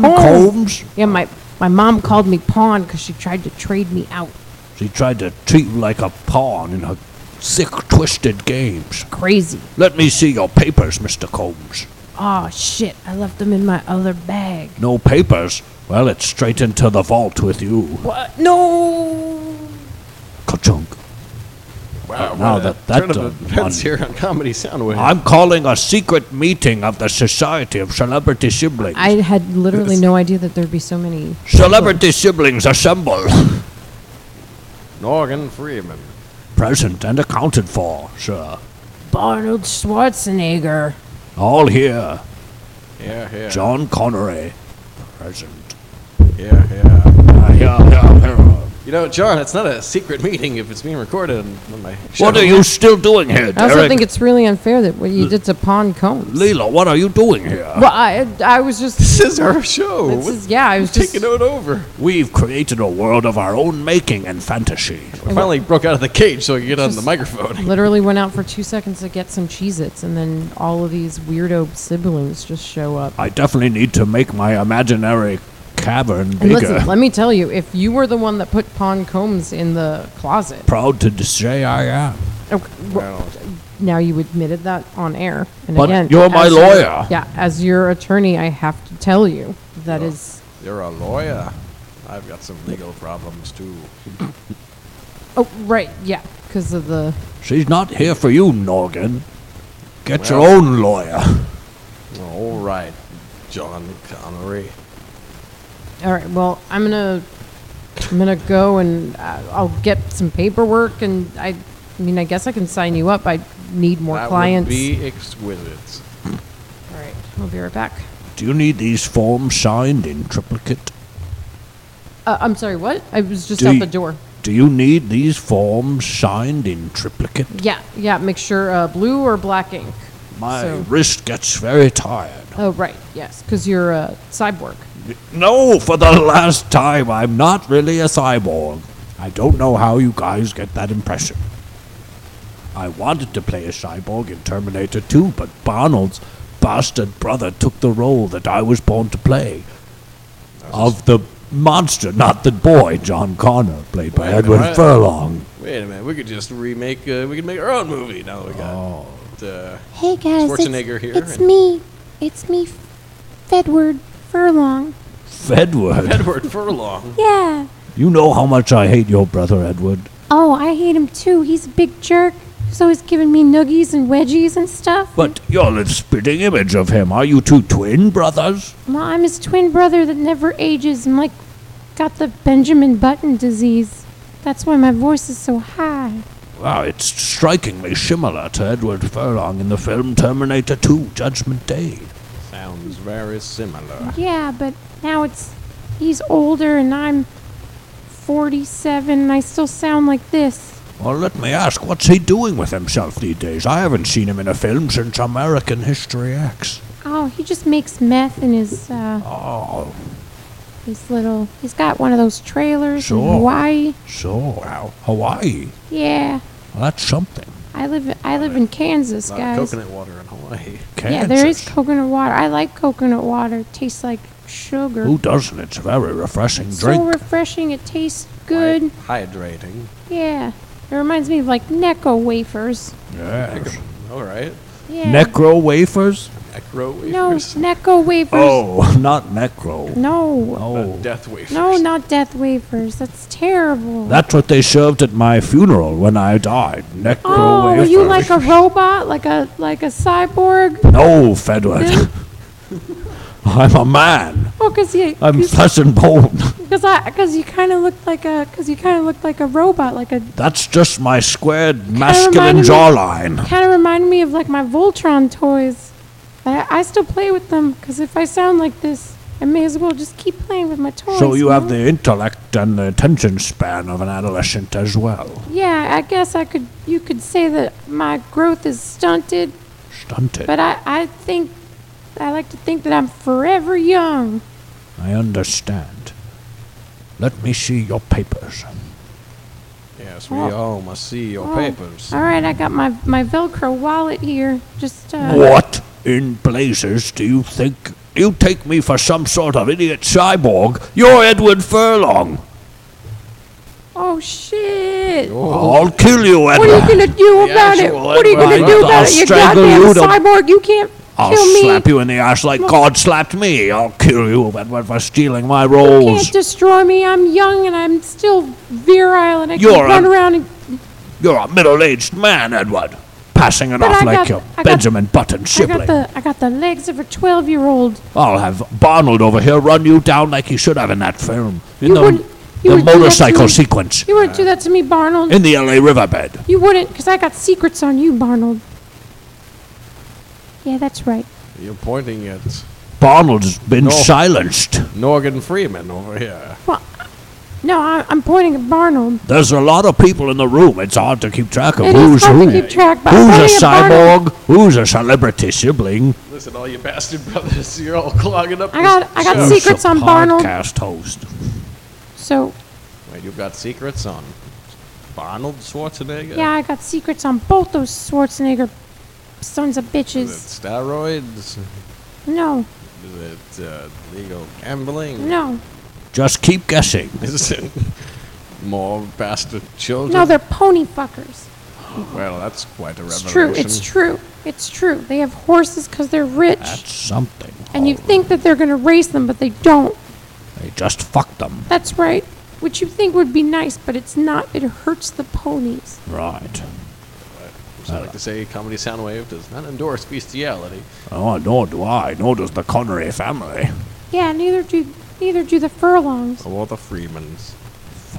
[SPEAKER 6] Sean Combs.
[SPEAKER 9] Combs.
[SPEAKER 6] Yeah, my My mom called me pawn because she tried to trade me out.
[SPEAKER 9] She tried to treat you like a pawn in her sick, twisted games.
[SPEAKER 6] Crazy.
[SPEAKER 9] Let me see your papers, Mr. Combs.
[SPEAKER 6] Aw, shit, I left them in my other bag.
[SPEAKER 9] No papers? Well, it's straight into the vault with you.
[SPEAKER 6] What? No!
[SPEAKER 9] Ka-chunk.
[SPEAKER 2] Wow,
[SPEAKER 6] Oh,
[SPEAKER 9] now
[SPEAKER 2] what a
[SPEAKER 9] that- that
[SPEAKER 2] Uh, turn
[SPEAKER 9] done
[SPEAKER 2] of events
[SPEAKER 9] one.
[SPEAKER 2] here on Comedy Soundwave.
[SPEAKER 9] I'm calling a secret meeting of the Society of Celebrity Siblings.
[SPEAKER 6] I had literally no idea that there'd be so many.
[SPEAKER 9] Celebrity siblings assemble.
[SPEAKER 2] Morgan Freeman.
[SPEAKER 9] Present and accounted for, sir.
[SPEAKER 6] Arnold Schwarzenegger.
[SPEAKER 9] All here.
[SPEAKER 2] Yeah, yeah.
[SPEAKER 9] John Connery. Present.
[SPEAKER 2] Yeah, yeah.
[SPEAKER 9] Ah, yeah, yeah, yeah.
[SPEAKER 2] You know, John, it's not a secret meeting if it's being recorded on my show.
[SPEAKER 9] What are you still doing here, Derek?
[SPEAKER 6] I also think it's really unfair that what you did to Pawn Combs.
[SPEAKER 9] Leela, what are you doing here?
[SPEAKER 6] Well, I, I was just.
[SPEAKER 2] This is our show.
[SPEAKER 6] This is, yeah, I was just.
[SPEAKER 2] Taking it over.
[SPEAKER 9] We've created a world of our own making and fantasy.
[SPEAKER 2] I finally broke out of the cage so I could get on the
[SPEAKER 6] Just-
[SPEAKER 2] microphone.
[SPEAKER 6] Literally went out for two seconds to get some Cheez Its, and then all of these weirdo siblings just show up.
[SPEAKER 9] I definitely need to make my imaginary cavern
[SPEAKER 6] And
[SPEAKER 9] bigger.
[SPEAKER 2] uh,
[SPEAKER 6] listen, let me tell you, if you were the one that put Pawn Combs in the closet,
[SPEAKER 9] Proud to say I am.
[SPEAKER 6] okay, wh- Oh, now you admitted that on air. And
[SPEAKER 9] But
[SPEAKER 6] again,
[SPEAKER 9] you're my
[SPEAKER 6] as
[SPEAKER 9] lawyer.
[SPEAKER 6] yeah, as your attorney, I have to tell you that is.
[SPEAKER 2] You're a lawyer. I've got some legal problems too.
[SPEAKER 6] Oh, right, yeah, because of the.
[SPEAKER 9] She's not here for you, Norgan. Get your own lawyer.
[SPEAKER 2] All right, John Connery.
[SPEAKER 6] All right, well, I'm gonna, I'm gonna go and uh, I'll get some paperwork, and I, I mean, I guess I can sign you up. I need more
[SPEAKER 2] that
[SPEAKER 6] clients.
[SPEAKER 2] would be exquisite.
[SPEAKER 6] All right, I'll be right back.
[SPEAKER 9] Do you need these forms signed in triplicate?
[SPEAKER 6] Uh, I'm sorry, what? I was just
[SPEAKER 9] Do
[SPEAKER 6] out
[SPEAKER 9] you-
[SPEAKER 6] the door.
[SPEAKER 9] Do you need these forms signed in triplicate?
[SPEAKER 6] Yeah, yeah. Make sure uh, blue or black ink.
[SPEAKER 9] My
[SPEAKER 6] So-
[SPEAKER 9] wrist gets very tired.
[SPEAKER 6] Oh, right. Yes, because you're a cyborg.
[SPEAKER 9] No, for the last time, I'm not really a cyborg. I don't know how you guys get that impression. I wanted to play a cyborg in Terminator 2, but Barnold's bastard brother took the role that I was born to play. Of the monster, not the boy, John Connor, played by
[SPEAKER 2] Wait a
[SPEAKER 9] Edward
[SPEAKER 2] minute.
[SPEAKER 9] Furlong.
[SPEAKER 2] Wait a minute, we could just remake. Uh, we could make our own movie now. that We got
[SPEAKER 6] Oh.
[SPEAKER 2] uh,
[SPEAKER 10] Hey guys, it's-
[SPEAKER 2] Schwarzenegger here
[SPEAKER 10] It's
[SPEAKER 2] and-
[SPEAKER 10] me. It's me, Fedward Furlong.
[SPEAKER 9] Fedward,
[SPEAKER 2] Edward Furlong.
[SPEAKER 10] Yeah.
[SPEAKER 9] you know how much I hate your brother, Edward.
[SPEAKER 10] Oh, I hate him too. He's a big jerk. He's always giving me noogies and wedgies and stuff.
[SPEAKER 9] But you're the spitting image of him. Are you two twin brothers?
[SPEAKER 10] Well, I'm his twin brother that never ages and like got the Benjamin Button disease. That's why my voice is so high.
[SPEAKER 9] Wow, it's strikingly similar to Edward Furlong in the film Terminator 2 Judgment Day.
[SPEAKER 2] Sounds very similar.
[SPEAKER 10] Yeah, but now it's he's older and I'm 47 and I still sound like this.
[SPEAKER 9] Well, let me ask, what's he doing with himself these days? I haven't seen him in a film since American History X.
[SPEAKER 10] Oh, he just makes meth in his uh
[SPEAKER 9] Oh,
[SPEAKER 10] his little he's got one of those trailers
[SPEAKER 9] Sure.
[SPEAKER 10] in Hawaii.
[SPEAKER 9] so wow. Hawaii.
[SPEAKER 10] Yeah.
[SPEAKER 9] Well, that's something.
[SPEAKER 10] I live I live in Kansas,
[SPEAKER 2] A lot
[SPEAKER 10] guys.
[SPEAKER 2] of coconut water in Hawaii.
[SPEAKER 9] Kansas.
[SPEAKER 10] Yeah, there is coconut water. I like coconut water. It tastes like sugar.
[SPEAKER 9] Who doesn't? It's a very refreshing
[SPEAKER 10] so
[SPEAKER 9] drink.
[SPEAKER 10] refreshing. It tastes good.
[SPEAKER 2] Hydrating.
[SPEAKER 10] Yeah. It reminds me of like Necco wafers.
[SPEAKER 9] yes.
[SPEAKER 2] All right.
[SPEAKER 10] Yeah.
[SPEAKER 9] Necro wafers?
[SPEAKER 2] Necro
[SPEAKER 10] No,
[SPEAKER 2] wafers.
[SPEAKER 10] Necco wafers.
[SPEAKER 9] Oh, not necro.
[SPEAKER 10] No.
[SPEAKER 9] Oh.
[SPEAKER 2] Death wafers.
[SPEAKER 10] No, not death wafers. That's terrible.
[SPEAKER 9] That's what they served at my funeral when I died. Necro
[SPEAKER 10] oh,
[SPEAKER 9] wafers.
[SPEAKER 10] you like a robot, like a like a cyborg?
[SPEAKER 9] No, Fedward. I'm a man.
[SPEAKER 10] Oh, cause you,
[SPEAKER 9] I'm flesh and bone.
[SPEAKER 10] cause I, cause you kind of looked like a, cause you kind of looked like a robot, like a.
[SPEAKER 9] That's just my squared masculine
[SPEAKER 10] reminded me-
[SPEAKER 9] jawline.
[SPEAKER 10] Kind of reminded me of like my Voltron toys. I, I still play with them, cause if I sound like this, I may as well just keep playing with my toys.
[SPEAKER 9] So you have
[SPEAKER 10] know?
[SPEAKER 9] the intellect and the attention span of an adolescent as well.
[SPEAKER 10] Yeah, I guess I could. You could say that my growth is stunted,
[SPEAKER 9] Stunted.
[SPEAKER 10] but I, I think, I like to think that I'm forever young.
[SPEAKER 9] I understand. Let me see your papers.
[SPEAKER 2] Yes, we all must see your
[SPEAKER 10] Oh,
[SPEAKER 2] papers.
[SPEAKER 10] All right, I got my my Velcro wallet here. Just uh,
[SPEAKER 9] What in blazes do you think You take me for some sort of idiot cyborg. You're Edward Furlong.
[SPEAKER 10] Oh shit!
[SPEAKER 9] I'll kill you,
[SPEAKER 10] Oh. What are
[SPEAKER 9] Edward.
[SPEAKER 10] you gonna do about it?
[SPEAKER 9] Oh. actual
[SPEAKER 10] What are you gonna
[SPEAKER 9] Edward.
[SPEAKER 10] do
[SPEAKER 9] I'll
[SPEAKER 10] about it? You
[SPEAKER 9] strangle
[SPEAKER 10] goddamn
[SPEAKER 9] you to-
[SPEAKER 10] cyborg! You can't
[SPEAKER 9] I'll
[SPEAKER 10] kill me.
[SPEAKER 9] slap you in the ass like God slapped me. I'll kill you, Edward, for stealing my roles.
[SPEAKER 10] can't destroy me. I'm young and I'm still virile and I
[SPEAKER 9] You're
[SPEAKER 10] can run
[SPEAKER 9] a-
[SPEAKER 10] around and
[SPEAKER 9] You're a middle-aged man, Edward, passing it
[SPEAKER 10] But
[SPEAKER 9] off
[SPEAKER 10] I
[SPEAKER 9] like
[SPEAKER 10] got-
[SPEAKER 9] you're
[SPEAKER 10] I got-
[SPEAKER 9] Benjamin Button
[SPEAKER 10] I got
[SPEAKER 9] Shipley.
[SPEAKER 10] the I got the legs of a twelve year old.
[SPEAKER 9] I'll have Barnold over here run you down like he should have in that film. In
[SPEAKER 10] You
[SPEAKER 9] the,
[SPEAKER 10] wouldn't- you
[SPEAKER 9] the
[SPEAKER 10] wouldn't do that to
[SPEAKER 9] motorcycle
[SPEAKER 10] me.
[SPEAKER 9] sequence.
[SPEAKER 10] You wouldn't do that to me, Barnold.
[SPEAKER 9] In the LA riverbed.
[SPEAKER 10] you wouldn't, 'cause I got secrets on you, Barnold. Yeah, that's right.
[SPEAKER 2] You're pointing at
[SPEAKER 9] Barnold's been
[SPEAKER 2] No.
[SPEAKER 9] silenced.
[SPEAKER 2] Morgan Freeman over here.
[SPEAKER 10] No, I, I'm pointing at Barnold.
[SPEAKER 9] There's a lot of people in the room. It's hard to keep track of
[SPEAKER 10] It is
[SPEAKER 9] who's
[SPEAKER 10] hard to
[SPEAKER 9] who.
[SPEAKER 10] keep track, but I'm
[SPEAKER 9] who's a
[SPEAKER 10] pointing at Barnold.
[SPEAKER 9] cyborg? Who's a celebrity sibling?
[SPEAKER 2] Listen, all you bastard brothers, you're all clogging up.
[SPEAKER 10] I got- I got
[SPEAKER 2] this show.
[SPEAKER 10] secret- Secrets
[SPEAKER 9] a
[SPEAKER 10] on Barnold.
[SPEAKER 9] Podcast host.
[SPEAKER 10] So
[SPEAKER 2] Wait, you've got secrets on Arnold Schwarzenegger.
[SPEAKER 10] yeah, I got secrets on both those Schwarzenegger sons of bitches.
[SPEAKER 2] Steroids.
[SPEAKER 10] No,
[SPEAKER 2] Is it uh, legal gambling?
[SPEAKER 10] no,
[SPEAKER 9] Just keep guessing.
[SPEAKER 2] Is it more bastard children?
[SPEAKER 10] no, they're pony fuckers.
[SPEAKER 2] Well, that's quite a
[SPEAKER 10] It's
[SPEAKER 2] revelation.
[SPEAKER 10] true. It's true. It's true. They have horses 'cause they're rich,
[SPEAKER 9] That's something.
[SPEAKER 10] and you think that they're gonna race them, but they don't.
[SPEAKER 9] They just fucked them.
[SPEAKER 10] That's right. Which you think would be nice, but it's not. It hurts the ponies.
[SPEAKER 9] Right.
[SPEAKER 2] So I like to say Comedy Soundwave does not endorse bestiality.
[SPEAKER 9] Oh, nor do I. Nor does the Connery family.
[SPEAKER 10] Yeah, neither do neither do the
[SPEAKER 9] Oh,
[SPEAKER 10] furlongs.
[SPEAKER 2] Or the Freemans.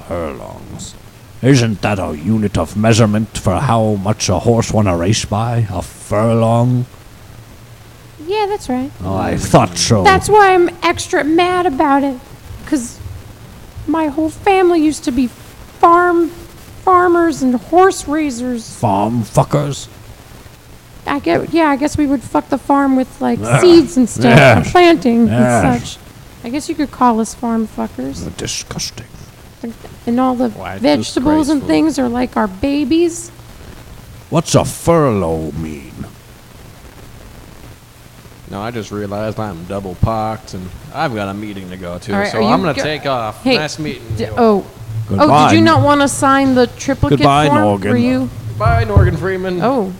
[SPEAKER 9] Furlongs. Isn't that a unit of measurement for how much a horse won a race by? A furlong?
[SPEAKER 10] Yeah, that's right.
[SPEAKER 9] Oh, I thought so.
[SPEAKER 10] That's why I'm extra mad about it, 'cause my whole family used to be farm farmers and horse raisers.
[SPEAKER 9] Farm fuckers?
[SPEAKER 10] I get yeah. I guess we would fuck the farm with like
[SPEAKER 9] Yeah.
[SPEAKER 10] seeds and stuff, and
[SPEAKER 9] Yes.
[SPEAKER 10] planting and
[SPEAKER 9] Yes.
[SPEAKER 10] such. I guess you could call us farm fuckers.
[SPEAKER 9] Disgusting.
[SPEAKER 10] And all the
[SPEAKER 9] Why, it's
[SPEAKER 10] vegetables and
[SPEAKER 9] disgraceful.
[SPEAKER 10] things are like our babies.
[SPEAKER 9] What's a furlough mean?
[SPEAKER 2] No, I just realized I'm double parked and I've got a meeting to go to,
[SPEAKER 6] All right,
[SPEAKER 2] so
[SPEAKER 6] are you
[SPEAKER 2] I'm going to
[SPEAKER 6] go-
[SPEAKER 2] take off.
[SPEAKER 6] Hey,
[SPEAKER 2] nice meeting
[SPEAKER 6] d-
[SPEAKER 2] you.
[SPEAKER 6] oh. Oh,
[SPEAKER 9] Goodbye.
[SPEAKER 6] did you not want to sign the triplicate
[SPEAKER 9] Goodbye,
[SPEAKER 6] form for
[SPEAKER 9] Morgan.
[SPEAKER 6] you?
[SPEAKER 2] Bye, Morgan Freeman.
[SPEAKER 6] Oh,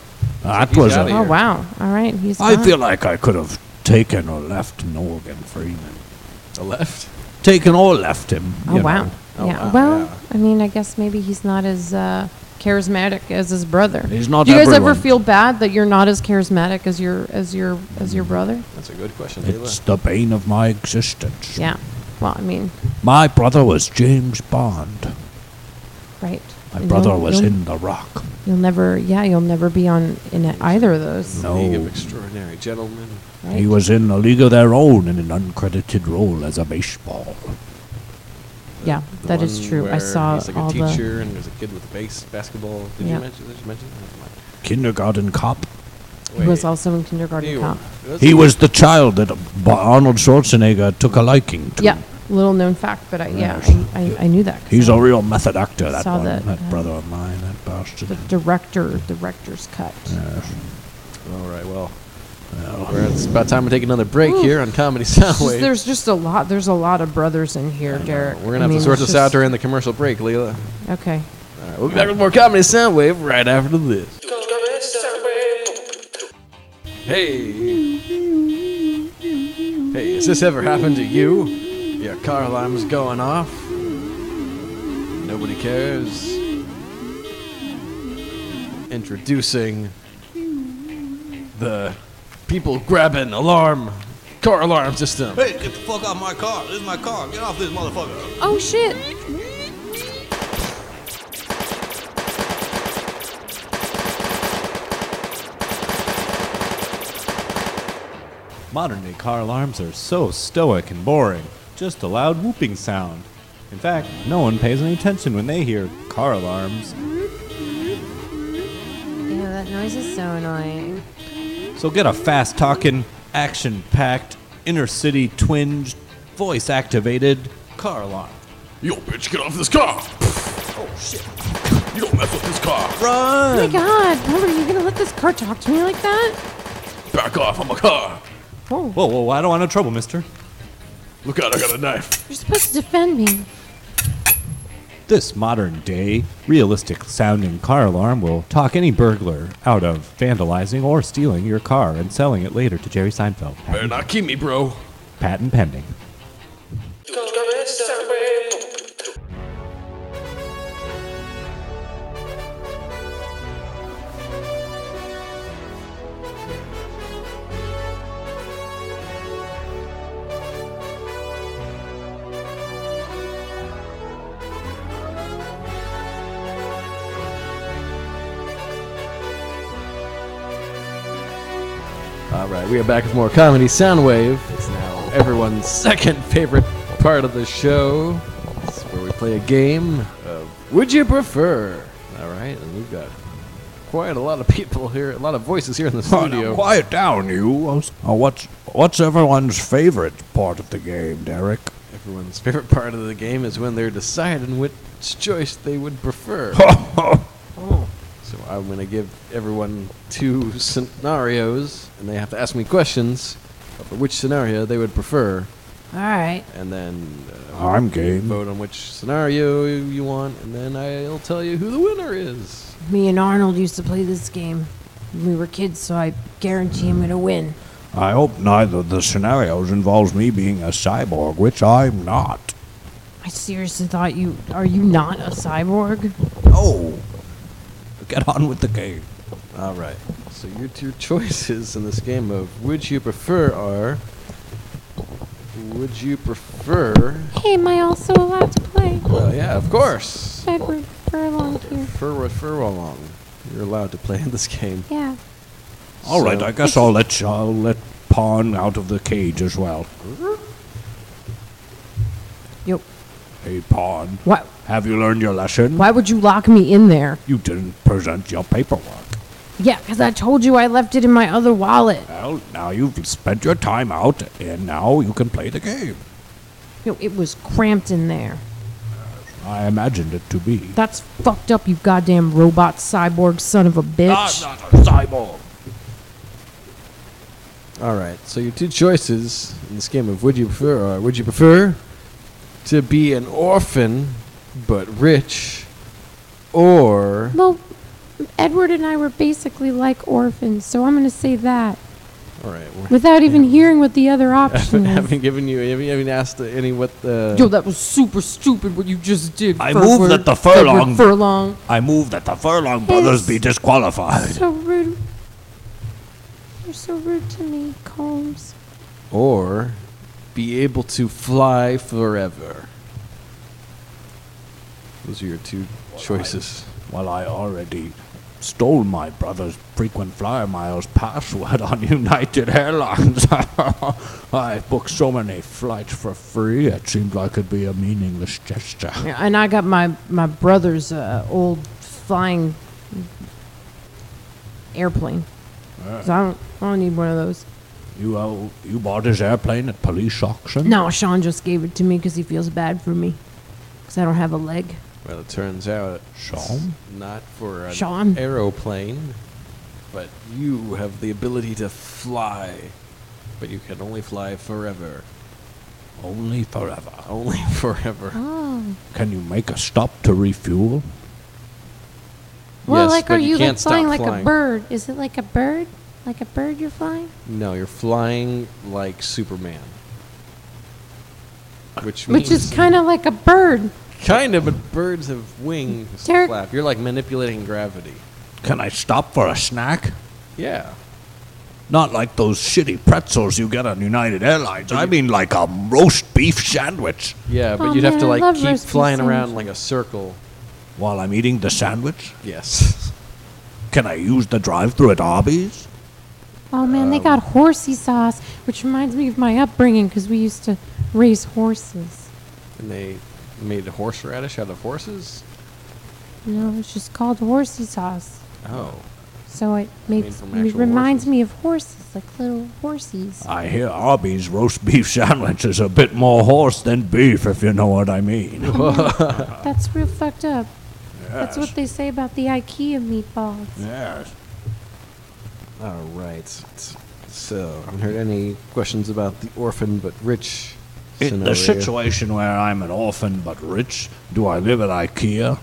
[SPEAKER 9] That
[SPEAKER 2] He's
[SPEAKER 9] was
[SPEAKER 2] outta
[SPEAKER 9] a.
[SPEAKER 6] oh wow. All right, he's
[SPEAKER 9] I
[SPEAKER 6] gone.
[SPEAKER 9] feel like I could have taken or left Morgan Freeman.
[SPEAKER 2] The left.
[SPEAKER 9] Taken or left him.
[SPEAKER 6] Oh
[SPEAKER 9] you
[SPEAKER 6] wow.
[SPEAKER 9] know.
[SPEAKER 2] Oh,
[SPEAKER 6] yeah.
[SPEAKER 2] wow,
[SPEAKER 6] well,
[SPEAKER 2] yeah.
[SPEAKER 6] I mean, I guess maybe he's not as uh, charismatic as his brother.
[SPEAKER 9] He's not
[SPEAKER 6] Do you guys ever
[SPEAKER 9] everyone.
[SPEAKER 6] feel bad that you're not as charismatic as your as your as your brother?
[SPEAKER 2] That's a good question, Taylor.
[SPEAKER 9] It's the bane of my existence.
[SPEAKER 6] Yeah. Well, I mean,
[SPEAKER 9] My brother was James Bond.
[SPEAKER 6] right.
[SPEAKER 9] My
[SPEAKER 6] And
[SPEAKER 9] brother
[SPEAKER 6] you'll-
[SPEAKER 9] was
[SPEAKER 6] you'll-
[SPEAKER 9] in The Rock.
[SPEAKER 6] You'll never. Yeah, you'll never be on in a- either of those.
[SPEAKER 2] League
[SPEAKER 9] No.
[SPEAKER 2] of Extraordinary Gentlemen.
[SPEAKER 9] He was in A League of Their Own in an uncredited role as a baseball.
[SPEAKER 6] Yeah,
[SPEAKER 2] The
[SPEAKER 6] that is
[SPEAKER 2] one
[SPEAKER 6] true. I
[SPEAKER 2] where
[SPEAKER 6] saw
[SPEAKER 2] he's like
[SPEAKER 6] all
[SPEAKER 2] a
[SPEAKER 6] the.
[SPEAKER 2] teacher and there's a kid with a base basketball. Did
[SPEAKER 6] Yeah.
[SPEAKER 2] you mention? Did you mention? Never mind.
[SPEAKER 9] Kindergarten cop.
[SPEAKER 6] He was
[SPEAKER 2] Wait.
[SPEAKER 6] also in kindergarten
[SPEAKER 2] You-
[SPEAKER 6] cop.
[SPEAKER 9] He was the child that Bo- Arnold Schwarzenegger took a liking to.
[SPEAKER 6] Yeah, little known fact, but I, yeah,
[SPEAKER 9] Yes.
[SPEAKER 6] I, I, I knew that. 'cause
[SPEAKER 9] He's
[SPEAKER 6] I-
[SPEAKER 9] a real method actor, that
[SPEAKER 6] Saw
[SPEAKER 9] one.
[SPEAKER 6] that,
[SPEAKER 9] That,
[SPEAKER 6] uh,
[SPEAKER 9] brother of mine, that bastard.
[SPEAKER 6] the director, director's cut.
[SPEAKER 2] All right, well, we're- it's about time we take another break here on Comedy Soundwave.
[SPEAKER 6] Just- there's just a lot. There's a lot of brothers in here, Derek.
[SPEAKER 2] We're going to
[SPEAKER 6] I
[SPEAKER 2] have
[SPEAKER 6] mean,
[SPEAKER 2] to sort
[SPEAKER 6] it's
[SPEAKER 2] this out
[SPEAKER 6] just-
[SPEAKER 2] during the commercial break, Leela.
[SPEAKER 6] Okay.
[SPEAKER 2] All right, we'll be back with more Comedy Soundwave right after this. Hey. Hey, has this ever happened to you? Your car alarm's going off. Nobody cares. Introducing the people grabbing alarm car alarm system.
[SPEAKER 12] Hey, get the fuck out of my car. This is my car. Get off this motherfucker.
[SPEAKER 10] Oh shit!
[SPEAKER 3] Modern day car alarms are so stoic and boring, just a loud whooping sound. In fact, no one pays any attention when they hear car alarms.
[SPEAKER 6] Yeah, that noise is so annoying.
[SPEAKER 3] So get a fast talking, action packed, inner city twinged, voice activated car alarm.
[SPEAKER 12] Yo, bitch, get off this car. Oh, shit. You don't mess with this car.
[SPEAKER 3] Run!
[SPEAKER 10] Oh my god, Robert, are you gonna let this car talk to me like that?
[SPEAKER 12] Back off. I'm a car.
[SPEAKER 10] Whoa.
[SPEAKER 3] Whoa, whoa, I don't want no trouble, mister.
[SPEAKER 12] Look out, I got a knife.
[SPEAKER 10] You're supposed to defend me.
[SPEAKER 3] This modern day, realistic sounding car alarm will talk any burglar out of vandalizing or stealing your car and selling it later to Jerry Seinfeld.
[SPEAKER 12] Better not keep me, bro.
[SPEAKER 3] Patent pending.
[SPEAKER 5] Comedy sound wave.
[SPEAKER 2] All right, we are back with more comedy Soundwave. It's now everyone's second favorite part of the show. It's where we play a game of Uh, Would You Prefer? All right, and we've got quite a lot of people here, a lot of voices here in the
[SPEAKER 9] Oh, now
[SPEAKER 2] studio.
[SPEAKER 9] quiet down, you. Oh, what's what's everyone's favorite part of the game, Derek?
[SPEAKER 2] Everyone's favorite part of the game is when they're deciding which choice they would prefer. So I'm going to give everyone two scenarios, and they have to ask me questions of which scenario they would prefer.
[SPEAKER 6] All right.
[SPEAKER 2] and then uh,
[SPEAKER 9] I'm game.
[SPEAKER 2] Vote on which scenario you want, and then I'll tell you who the winner is.
[SPEAKER 6] Me and Arnold used to play this game when we were kids, so I guarantee I'm gonna win.
[SPEAKER 9] I hope neither of the scenarios involves me being a cyborg, which I'm not.
[SPEAKER 6] I seriously thought you are you not a cyborg?
[SPEAKER 9] No. Get on with the game.
[SPEAKER 2] All right. So your two choices in this game of would you prefer are would you prefer?
[SPEAKER 10] Hey, am I also allowed to play?
[SPEAKER 2] Well, yeah, of course.
[SPEAKER 10] Edward Furlong here.
[SPEAKER 2] Prefer refer along. You're allowed to play in this game.
[SPEAKER 10] Yeah.
[SPEAKER 9] All right,
[SPEAKER 2] So-
[SPEAKER 9] I guess I'll let you, I'll let Pawn out of the cage as well.
[SPEAKER 6] Yo,
[SPEAKER 9] Hey, Pawn.
[SPEAKER 6] What?
[SPEAKER 9] Have you learned your lesson?
[SPEAKER 6] why would you lock me in there?
[SPEAKER 9] You didn't present your paperwork.
[SPEAKER 6] Yeah, 'cause I told you I left it in my other wallet.
[SPEAKER 9] Well, now you've spent your time out, and now you can play the game.
[SPEAKER 6] Yo, it was cramped in there.
[SPEAKER 9] I imagined it to be.
[SPEAKER 6] That's fucked up, you goddamn robot cyborg son of a bitch.
[SPEAKER 9] I'm not a cyborg.
[SPEAKER 2] All right. So your two choices in this game of would you prefer are would you prefer to be an orphan but rich or
[SPEAKER 10] Well, Edward and I were basically like orphans, so I'm going to say that
[SPEAKER 2] All right. we're-
[SPEAKER 10] without even hearing what the other
[SPEAKER 2] I
[SPEAKER 10] option
[SPEAKER 2] haven't,
[SPEAKER 10] is.
[SPEAKER 2] haven't given you. Haven't, haven't asked uh, any what the.
[SPEAKER 6] Yo, that was super stupid what you just did.
[SPEAKER 9] I
[SPEAKER 6] Furward-
[SPEAKER 9] move that the
[SPEAKER 6] Edward
[SPEAKER 9] furlong.
[SPEAKER 6] Furlong.
[SPEAKER 9] I move that the furlong brothers be disqualified.
[SPEAKER 10] So rude. You're so rude to me, Combs.
[SPEAKER 2] or be able to fly forever. Those are your two choices.
[SPEAKER 9] Well, I already stole my brother's frequent flyer miles password on United Airlines. I booked so many flights for free, it seemed like it'd be a meaningless gesture.
[SPEAKER 6] Yeah, and I got my my brother's uh, old flying airplane.
[SPEAKER 9] Yeah.
[SPEAKER 6] 'Cause I don't I don't need one of those.
[SPEAKER 9] You, uh, you bought his airplane at police auction?
[SPEAKER 6] No, Sean just gave it to me because he feels bad for me because I don't have a leg.
[SPEAKER 2] Well, it turns out it's
[SPEAKER 9] Sean?
[SPEAKER 2] not for an
[SPEAKER 6] Sean?
[SPEAKER 2] aeroplane, but you have the ability to fly, but you can only fly forever.
[SPEAKER 9] Only forever.
[SPEAKER 2] Only forever.
[SPEAKER 10] Oh.
[SPEAKER 9] Can you make a stop to refuel?
[SPEAKER 10] Well,
[SPEAKER 2] Yes,
[SPEAKER 10] like,
[SPEAKER 2] but
[SPEAKER 10] are
[SPEAKER 2] you
[SPEAKER 10] you
[SPEAKER 2] can't
[SPEAKER 10] like flying
[SPEAKER 2] stop
[SPEAKER 10] like
[SPEAKER 2] flying.
[SPEAKER 10] a bird? Is it like a bird? Like a bird you're flying?
[SPEAKER 2] No, you're flying like Superman. Which,
[SPEAKER 10] Which
[SPEAKER 2] means
[SPEAKER 10] is kind of like a bird.
[SPEAKER 2] Kind of, but birds have wings.
[SPEAKER 10] Derek-
[SPEAKER 2] Flap. You're like manipulating gravity.
[SPEAKER 9] Can I stop for a snack?
[SPEAKER 2] Yeah.
[SPEAKER 9] Not like those shitty pretzels you get on United Airlines. I mean, like a roast beef sandwich.
[SPEAKER 2] Yeah, but
[SPEAKER 10] Aw,
[SPEAKER 2] you'd have to
[SPEAKER 10] Oh, man, I
[SPEAKER 2] like
[SPEAKER 10] love
[SPEAKER 2] keep
[SPEAKER 10] roast beef
[SPEAKER 2] flying around
[SPEAKER 10] sandwiches.
[SPEAKER 2] like a circle.
[SPEAKER 9] While I'm eating the sandwich,
[SPEAKER 2] Yes.
[SPEAKER 9] can I use the drive-through at Arby's?
[SPEAKER 10] Oh man,
[SPEAKER 2] Um,
[SPEAKER 10] they got horsey sauce, which reminds me of my upbringing because we used to raise horses.
[SPEAKER 2] And they made horseradish out of horses.
[SPEAKER 10] You know, it's just called horsey sauce.
[SPEAKER 2] Oh.
[SPEAKER 10] So it makes
[SPEAKER 2] from
[SPEAKER 10] it
[SPEAKER 2] actual
[SPEAKER 10] reminds
[SPEAKER 2] horses.
[SPEAKER 10] me of horses, like little horsies.
[SPEAKER 9] I hear Arby's roast beef sandwich is a bit more horse than beef, if you know what I mean.
[SPEAKER 10] That's real fucked up. That's what they say about the IKEA meatballs.
[SPEAKER 9] Yes.
[SPEAKER 2] All right. It's So, I haven't heard any questions about the orphan but rich
[SPEAKER 9] In
[SPEAKER 2] scenario.
[SPEAKER 9] Eh, the situation where I'm an orphan but rich, do I live at IKEA?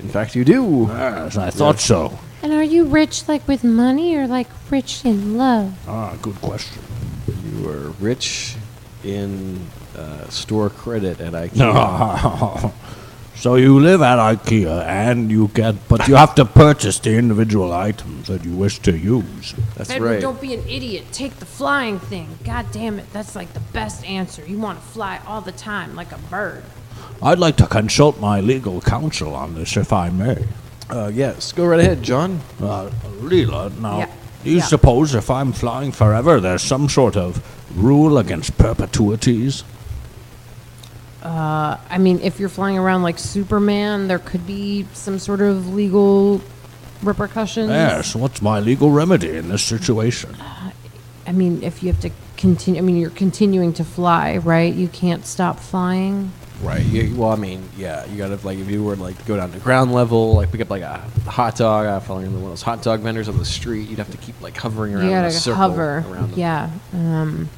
[SPEAKER 2] In fact, you do.
[SPEAKER 9] Yes, I thought
[SPEAKER 2] Yes.
[SPEAKER 9] so.
[SPEAKER 10] And are you rich like with money or like rich in love?
[SPEAKER 9] Ah, good question.
[SPEAKER 2] You are rich in uh, store credit at IKEA.
[SPEAKER 9] No. so you live at IKEA and you get, but you have to purchase the individual items that you wish to use.
[SPEAKER 2] That's
[SPEAKER 6] Edward, don't be an idiot. Take the flying thing. God damn it, that's like the best answer. You want to fly all the time, like a bird.
[SPEAKER 9] I'd like to consult my legal counsel on this, if I may.
[SPEAKER 2] Uh, yes, go right ahead, John.
[SPEAKER 9] Uh, Leela, now,
[SPEAKER 2] Yeah,
[SPEAKER 9] do you
[SPEAKER 2] yeah.
[SPEAKER 9] suppose if I'm flying forever, there's some sort of rule against perpetuities?
[SPEAKER 6] Uh, I mean, if you're flying around like Superman, there could be some sort of legal repercussions.
[SPEAKER 9] Yes, what's my legal remedy in this situation?
[SPEAKER 6] I mean, if you have to continue, I mean, you're continuing to fly, right? You can't stop flying.
[SPEAKER 2] Right. You, well, I mean, yeah, you gotta like if you were like to go down to ground level, like pick up like a hot dog, uh, following one of those hot dog vendors on the street, you'd have to keep like hovering around
[SPEAKER 6] you
[SPEAKER 2] in a
[SPEAKER 6] gotta
[SPEAKER 2] circle
[SPEAKER 6] hover.
[SPEAKER 2] around them.
[SPEAKER 6] yeah. Um,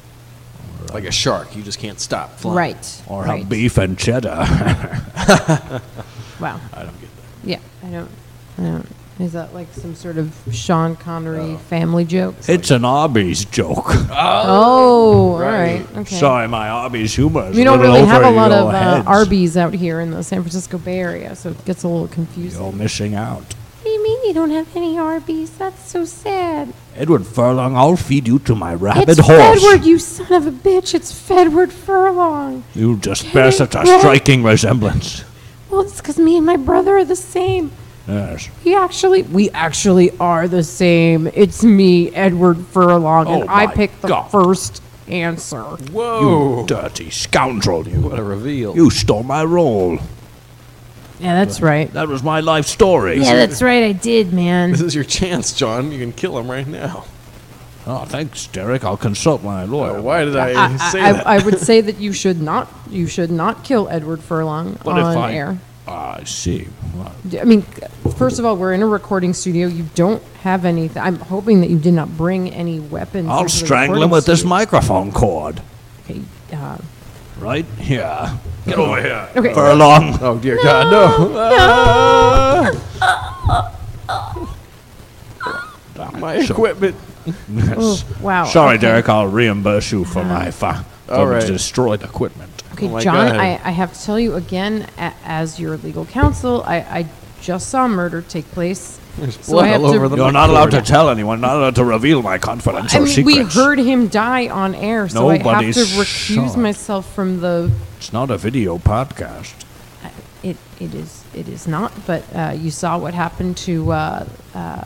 [SPEAKER 2] like a shark. You just can't stop flying.
[SPEAKER 6] Right, Or have right.
[SPEAKER 9] beef and cheddar.
[SPEAKER 6] wow.
[SPEAKER 2] I don't get that.
[SPEAKER 6] Yeah. I don't. I don't. Is that like some sort of Sean
[SPEAKER 2] Oh.
[SPEAKER 6] Connery family joke?
[SPEAKER 9] It's an Arby's joke.
[SPEAKER 6] Oh, all right. Okay.
[SPEAKER 9] Sorry, my Arby's humor is
[SPEAKER 6] We don't
[SPEAKER 9] a little
[SPEAKER 6] really have
[SPEAKER 9] over
[SPEAKER 6] a lot
[SPEAKER 9] your
[SPEAKER 6] of uh,
[SPEAKER 9] heads.
[SPEAKER 6] Arby's out here in the San Francisco Bay Area, so it gets a little confusing.
[SPEAKER 9] You're missing out.
[SPEAKER 10] What do you mean you don't have any Arby's? That's so sad.
[SPEAKER 9] Edward Furlong, I'll feed you to my rabid
[SPEAKER 10] it's
[SPEAKER 9] horse.
[SPEAKER 10] Fedward, you son of a bitch. It's Fedward Furlong.
[SPEAKER 9] You just bear such a
[SPEAKER 10] Right.
[SPEAKER 9] striking resemblance.
[SPEAKER 10] Well, it's 'cause me and my brother are the same.
[SPEAKER 9] Yes.
[SPEAKER 6] He actually, we actually are the same. It's me, Edward Furlong,
[SPEAKER 9] Oh
[SPEAKER 6] and I
[SPEAKER 9] my
[SPEAKER 6] picked the
[SPEAKER 9] God.
[SPEAKER 6] first answer.
[SPEAKER 9] Whoa. You dirty scoundrel, you.
[SPEAKER 2] Oh.
[SPEAKER 9] What
[SPEAKER 2] a reveal.
[SPEAKER 9] You stole my role.
[SPEAKER 6] Yeah, that's right.
[SPEAKER 9] That was my life story.
[SPEAKER 6] Yeah, that's right. I did, man.
[SPEAKER 2] This is your chance, John. You can kill him right now.
[SPEAKER 9] Oh, thanks, Derek. I'll consult my lawyer.
[SPEAKER 2] why did I,
[SPEAKER 6] I,
[SPEAKER 2] say
[SPEAKER 6] I,
[SPEAKER 2] that?
[SPEAKER 6] I would say that you should not, you should not kill Edward Furlong
[SPEAKER 9] But if
[SPEAKER 6] on
[SPEAKER 9] I-
[SPEAKER 6] air.
[SPEAKER 9] Ah, I see. Well,
[SPEAKER 6] D- I mean, first of all, we're in a recording studio. You don't have any. I'm hoping that you did not bring any weapons.
[SPEAKER 9] I'll
[SPEAKER 6] into the
[SPEAKER 9] strangle him
[SPEAKER 6] recording
[SPEAKER 9] with this
[SPEAKER 6] studio.
[SPEAKER 9] microphone cord.
[SPEAKER 6] Okay. Uh,
[SPEAKER 9] Right here. Get over here.
[SPEAKER 6] Okay.
[SPEAKER 9] Furlong.
[SPEAKER 2] Oh, dear God, no. My equipment.
[SPEAKER 9] Yes.
[SPEAKER 6] Oh, wow,
[SPEAKER 9] Sorry,
[SPEAKER 6] okay. Uh-huh.
[SPEAKER 9] Derek. I'll reimburse you for my fa- for
[SPEAKER 2] All right.
[SPEAKER 9] destroyed equipment.
[SPEAKER 6] Okay,
[SPEAKER 2] Oh my
[SPEAKER 6] John,
[SPEAKER 2] God.
[SPEAKER 6] I, I have to tell you again, a, as your legal counsel, I, I just saw murder take place.
[SPEAKER 2] There's
[SPEAKER 6] I have to-
[SPEAKER 9] You're not allowed to tell anyone. Not allowed to reveal my confidential
[SPEAKER 6] I mean,
[SPEAKER 9] secrets.
[SPEAKER 6] we heard him die on air, so I have
[SPEAKER 9] Nobody's
[SPEAKER 6] to recuse
[SPEAKER 9] shot.
[SPEAKER 6] myself from the.
[SPEAKER 9] It's not a video podcast.
[SPEAKER 6] It, it is it is not, but uh, you saw what happened to uh, uh,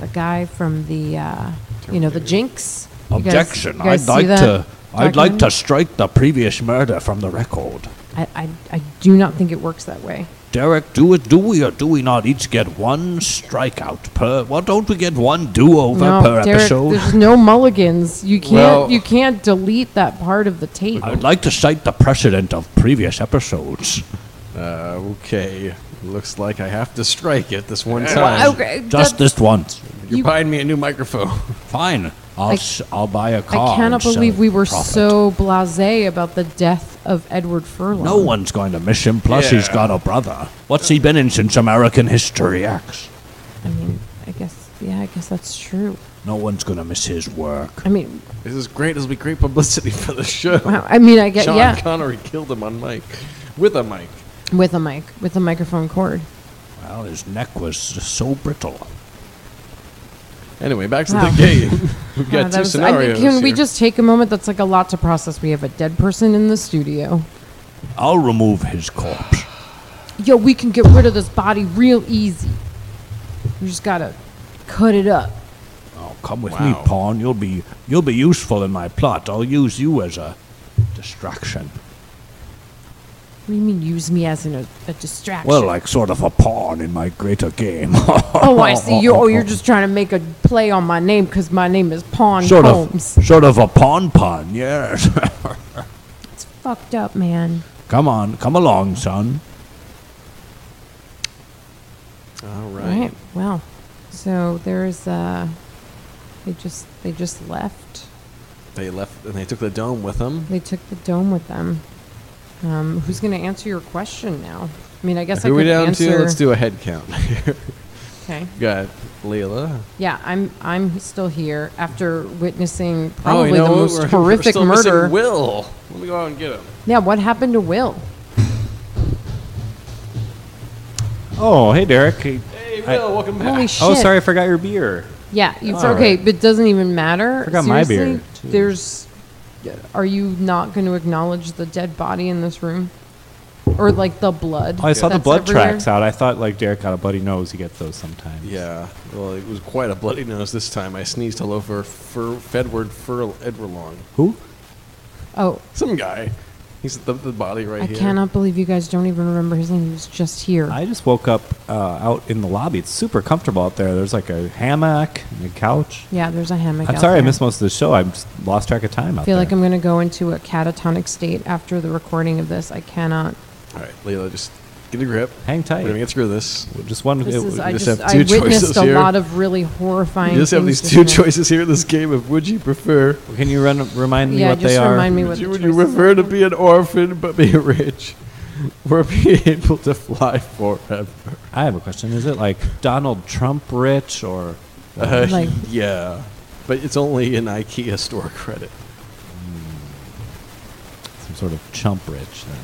[SPEAKER 6] the guy from the uh, you know the Jinx. You guys-
[SPEAKER 9] Objection.
[SPEAKER 6] you guys see
[SPEAKER 9] I'd like
[SPEAKER 6] that
[SPEAKER 9] to. I'd like to
[SPEAKER 6] documentary?
[SPEAKER 9] strike the previous murder from the record.
[SPEAKER 6] I, I I do not think it works that way.
[SPEAKER 9] Derek, do it. Do we or do we not each get one strikeout per? Why don't we get one do-over
[SPEAKER 6] no,
[SPEAKER 9] per
[SPEAKER 6] Derek,
[SPEAKER 9] episode?
[SPEAKER 6] there's no mulligans. You can't
[SPEAKER 9] Well-
[SPEAKER 6] you can't delete that part of the tape.
[SPEAKER 9] I'd like to cite the precedent of previous episodes.
[SPEAKER 2] Uh, okay. Looks like I have to strike it this one
[SPEAKER 9] Yeah.
[SPEAKER 2] time.
[SPEAKER 9] Well,
[SPEAKER 6] okay,
[SPEAKER 9] Just this once.
[SPEAKER 2] You're buying me a new microphone.
[SPEAKER 9] Fine. I'll,
[SPEAKER 6] I-
[SPEAKER 9] s- I'll buy a car.
[SPEAKER 6] I cannot
[SPEAKER 9] and sell
[SPEAKER 6] believe
[SPEAKER 9] it
[SPEAKER 6] we were
[SPEAKER 9] for profit.
[SPEAKER 6] so blasé about the death of Edward Furlong.
[SPEAKER 9] No one's going to miss him. Plus, he's
[SPEAKER 2] Yeah.
[SPEAKER 9] got a brother. What's he been in since American History X?
[SPEAKER 6] I mean, I guess yeah, I guess that's true.
[SPEAKER 9] No one's going to miss his work.
[SPEAKER 6] I mean,
[SPEAKER 2] This is great. This will be great publicity for the show.
[SPEAKER 6] Wow, I mean, I get-
[SPEAKER 2] Sean
[SPEAKER 6] yeah.
[SPEAKER 2] Connery killed him on mic with a mic.
[SPEAKER 6] with a mic, with a microphone cord.
[SPEAKER 9] Well, his neck was so brittle.
[SPEAKER 2] Anyway, back to
[SPEAKER 6] Wow.
[SPEAKER 2] the game. We've
[SPEAKER 6] Wow,
[SPEAKER 2] got
[SPEAKER 6] Uh, that
[SPEAKER 2] two
[SPEAKER 6] was- I mean,
[SPEAKER 2] scenarios.
[SPEAKER 6] can we
[SPEAKER 2] here.
[SPEAKER 6] just take a moment? That's like a lot to process. We have a dead person in the studio.
[SPEAKER 9] I'll remove his corpse.
[SPEAKER 6] Yo, we can get rid of this body real easy. We just gotta cut it up.
[SPEAKER 9] Oh, come with me,
[SPEAKER 2] Wow.
[SPEAKER 9] pawn. You'll be you'll be useful in my plot. I'll use you as a distraction.
[SPEAKER 6] What do you mean use me as an, a, a distraction?
[SPEAKER 9] Well, like sort of a pawn in my greater game.
[SPEAKER 6] oh, I see. You're, oh, you're just trying to make a play on my name because my name is Pawn
[SPEAKER 9] sort
[SPEAKER 6] Combs.
[SPEAKER 9] of sort of a pawn pawn. Yes.
[SPEAKER 6] It's fucked up, man.
[SPEAKER 9] come on, come along, son.
[SPEAKER 2] All
[SPEAKER 6] All
[SPEAKER 2] right.
[SPEAKER 6] right. Well, so there's uh, They just they just left.
[SPEAKER 2] They left and they took the dome with them.
[SPEAKER 6] They took the dome with them. Um, who's going to answer your question now? I mean, I guess
[SPEAKER 2] Who
[SPEAKER 6] I
[SPEAKER 2] are
[SPEAKER 6] could
[SPEAKER 2] we down
[SPEAKER 6] answer.
[SPEAKER 2] to? Let's do a head count. here.
[SPEAKER 6] Okay.
[SPEAKER 2] Got Leela.
[SPEAKER 6] Yeah, I'm I'm still here after witnessing
[SPEAKER 2] oh,
[SPEAKER 6] probably
[SPEAKER 2] you know
[SPEAKER 6] the
[SPEAKER 2] what?
[SPEAKER 6] most
[SPEAKER 2] We're- we're
[SPEAKER 6] horrific
[SPEAKER 2] still missing
[SPEAKER 6] murder.
[SPEAKER 2] Will. Let me go out and get him.
[SPEAKER 6] Yeah, what happened to Will?
[SPEAKER 3] Oh, hey, Derek. Hey,
[SPEAKER 2] Will, welcome back.
[SPEAKER 6] Holy
[SPEAKER 3] Oh,
[SPEAKER 6] shit.
[SPEAKER 3] sorry, I forgot your beer.
[SPEAKER 6] Yeah, you,
[SPEAKER 3] All
[SPEAKER 6] okay,
[SPEAKER 3] right.
[SPEAKER 6] but it doesn't even matter.
[SPEAKER 3] Forgot my beer,
[SPEAKER 6] Seriously?
[SPEAKER 3] too.
[SPEAKER 6] There's, are you not going to acknowledge the dead body in this room, or like the blood?
[SPEAKER 3] Oh, I saw the
[SPEAKER 6] that's
[SPEAKER 3] blood
[SPEAKER 6] everywhere?
[SPEAKER 3] tracks out. I thought like Derek got a bloody nose. He gets those sometimes.
[SPEAKER 2] Yeah. Well, it was quite a bloody nose this time. I sneezed all over Fur Fedward Fur Edwarlong.
[SPEAKER 3] Who?
[SPEAKER 6] Oh,
[SPEAKER 2] Some guy. He's the, the body right
[SPEAKER 6] I
[SPEAKER 2] here.
[SPEAKER 6] cannot believe you guys don't even remember his name. He was just here.
[SPEAKER 3] I just woke up uh, out in the lobby. It's super comfortable out there. There's like a hammock and a couch.
[SPEAKER 6] yeah, there's a hammock.
[SPEAKER 3] I'm
[SPEAKER 6] out
[SPEAKER 3] sorry I
[SPEAKER 6] there.
[SPEAKER 3] missed most of the show. I just lost track of time
[SPEAKER 6] I
[SPEAKER 3] out
[SPEAKER 6] feel
[SPEAKER 3] there.
[SPEAKER 6] like I'm going to go into a catatonic state after the recording of this. I cannot.
[SPEAKER 2] All right, Leela, just get a grip.
[SPEAKER 3] Hang tight.
[SPEAKER 2] We're gonna get through this.
[SPEAKER 3] Just one.
[SPEAKER 6] This is, I
[SPEAKER 2] just
[SPEAKER 6] just,
[SPEAKER 2] have
[SPEAKER 6] I
[SPEAKER 2] two
[SPEAKER 6] witnessed
[SPEAKER 2] choices
[SPEAKER 6] a
[SPEAKER 2] here.
[SPEAKER 6] lot of really horrifying.
[SPEAKER 2] You just have
[SPEAKER 6] things
[SPEAKER 2] these two
[SPEAKER 6] this night.
[SPEAKER 2] choices here in this game of would you prefer?
[SPEAKER 3] Can you run, remind me
[SPEAKER 6] Yeah,
[SPEAKER 3] what
[SPEAKER 6] just
[SPEAKER 3] they are?
[SPEAKER 6] remind me what
[SPEAKER 2] Would you,
[SPEAKER 6] the
[SPEAKER 2] would you
[SPEAKER 6] choices
[SPEAKER 2] prefer to be an orphan but be rich, or be able to fly forever?
[SPEAKER 3] I have a question. Is it like Donald Trump rich or?
[SPEAKER 2] Uh,
[SPEAKER 6] Like-
[SPEAKER 2] yeah, but it's only an IKEA store credit.
[SPEAKER 3] some sort of chump rich. Then.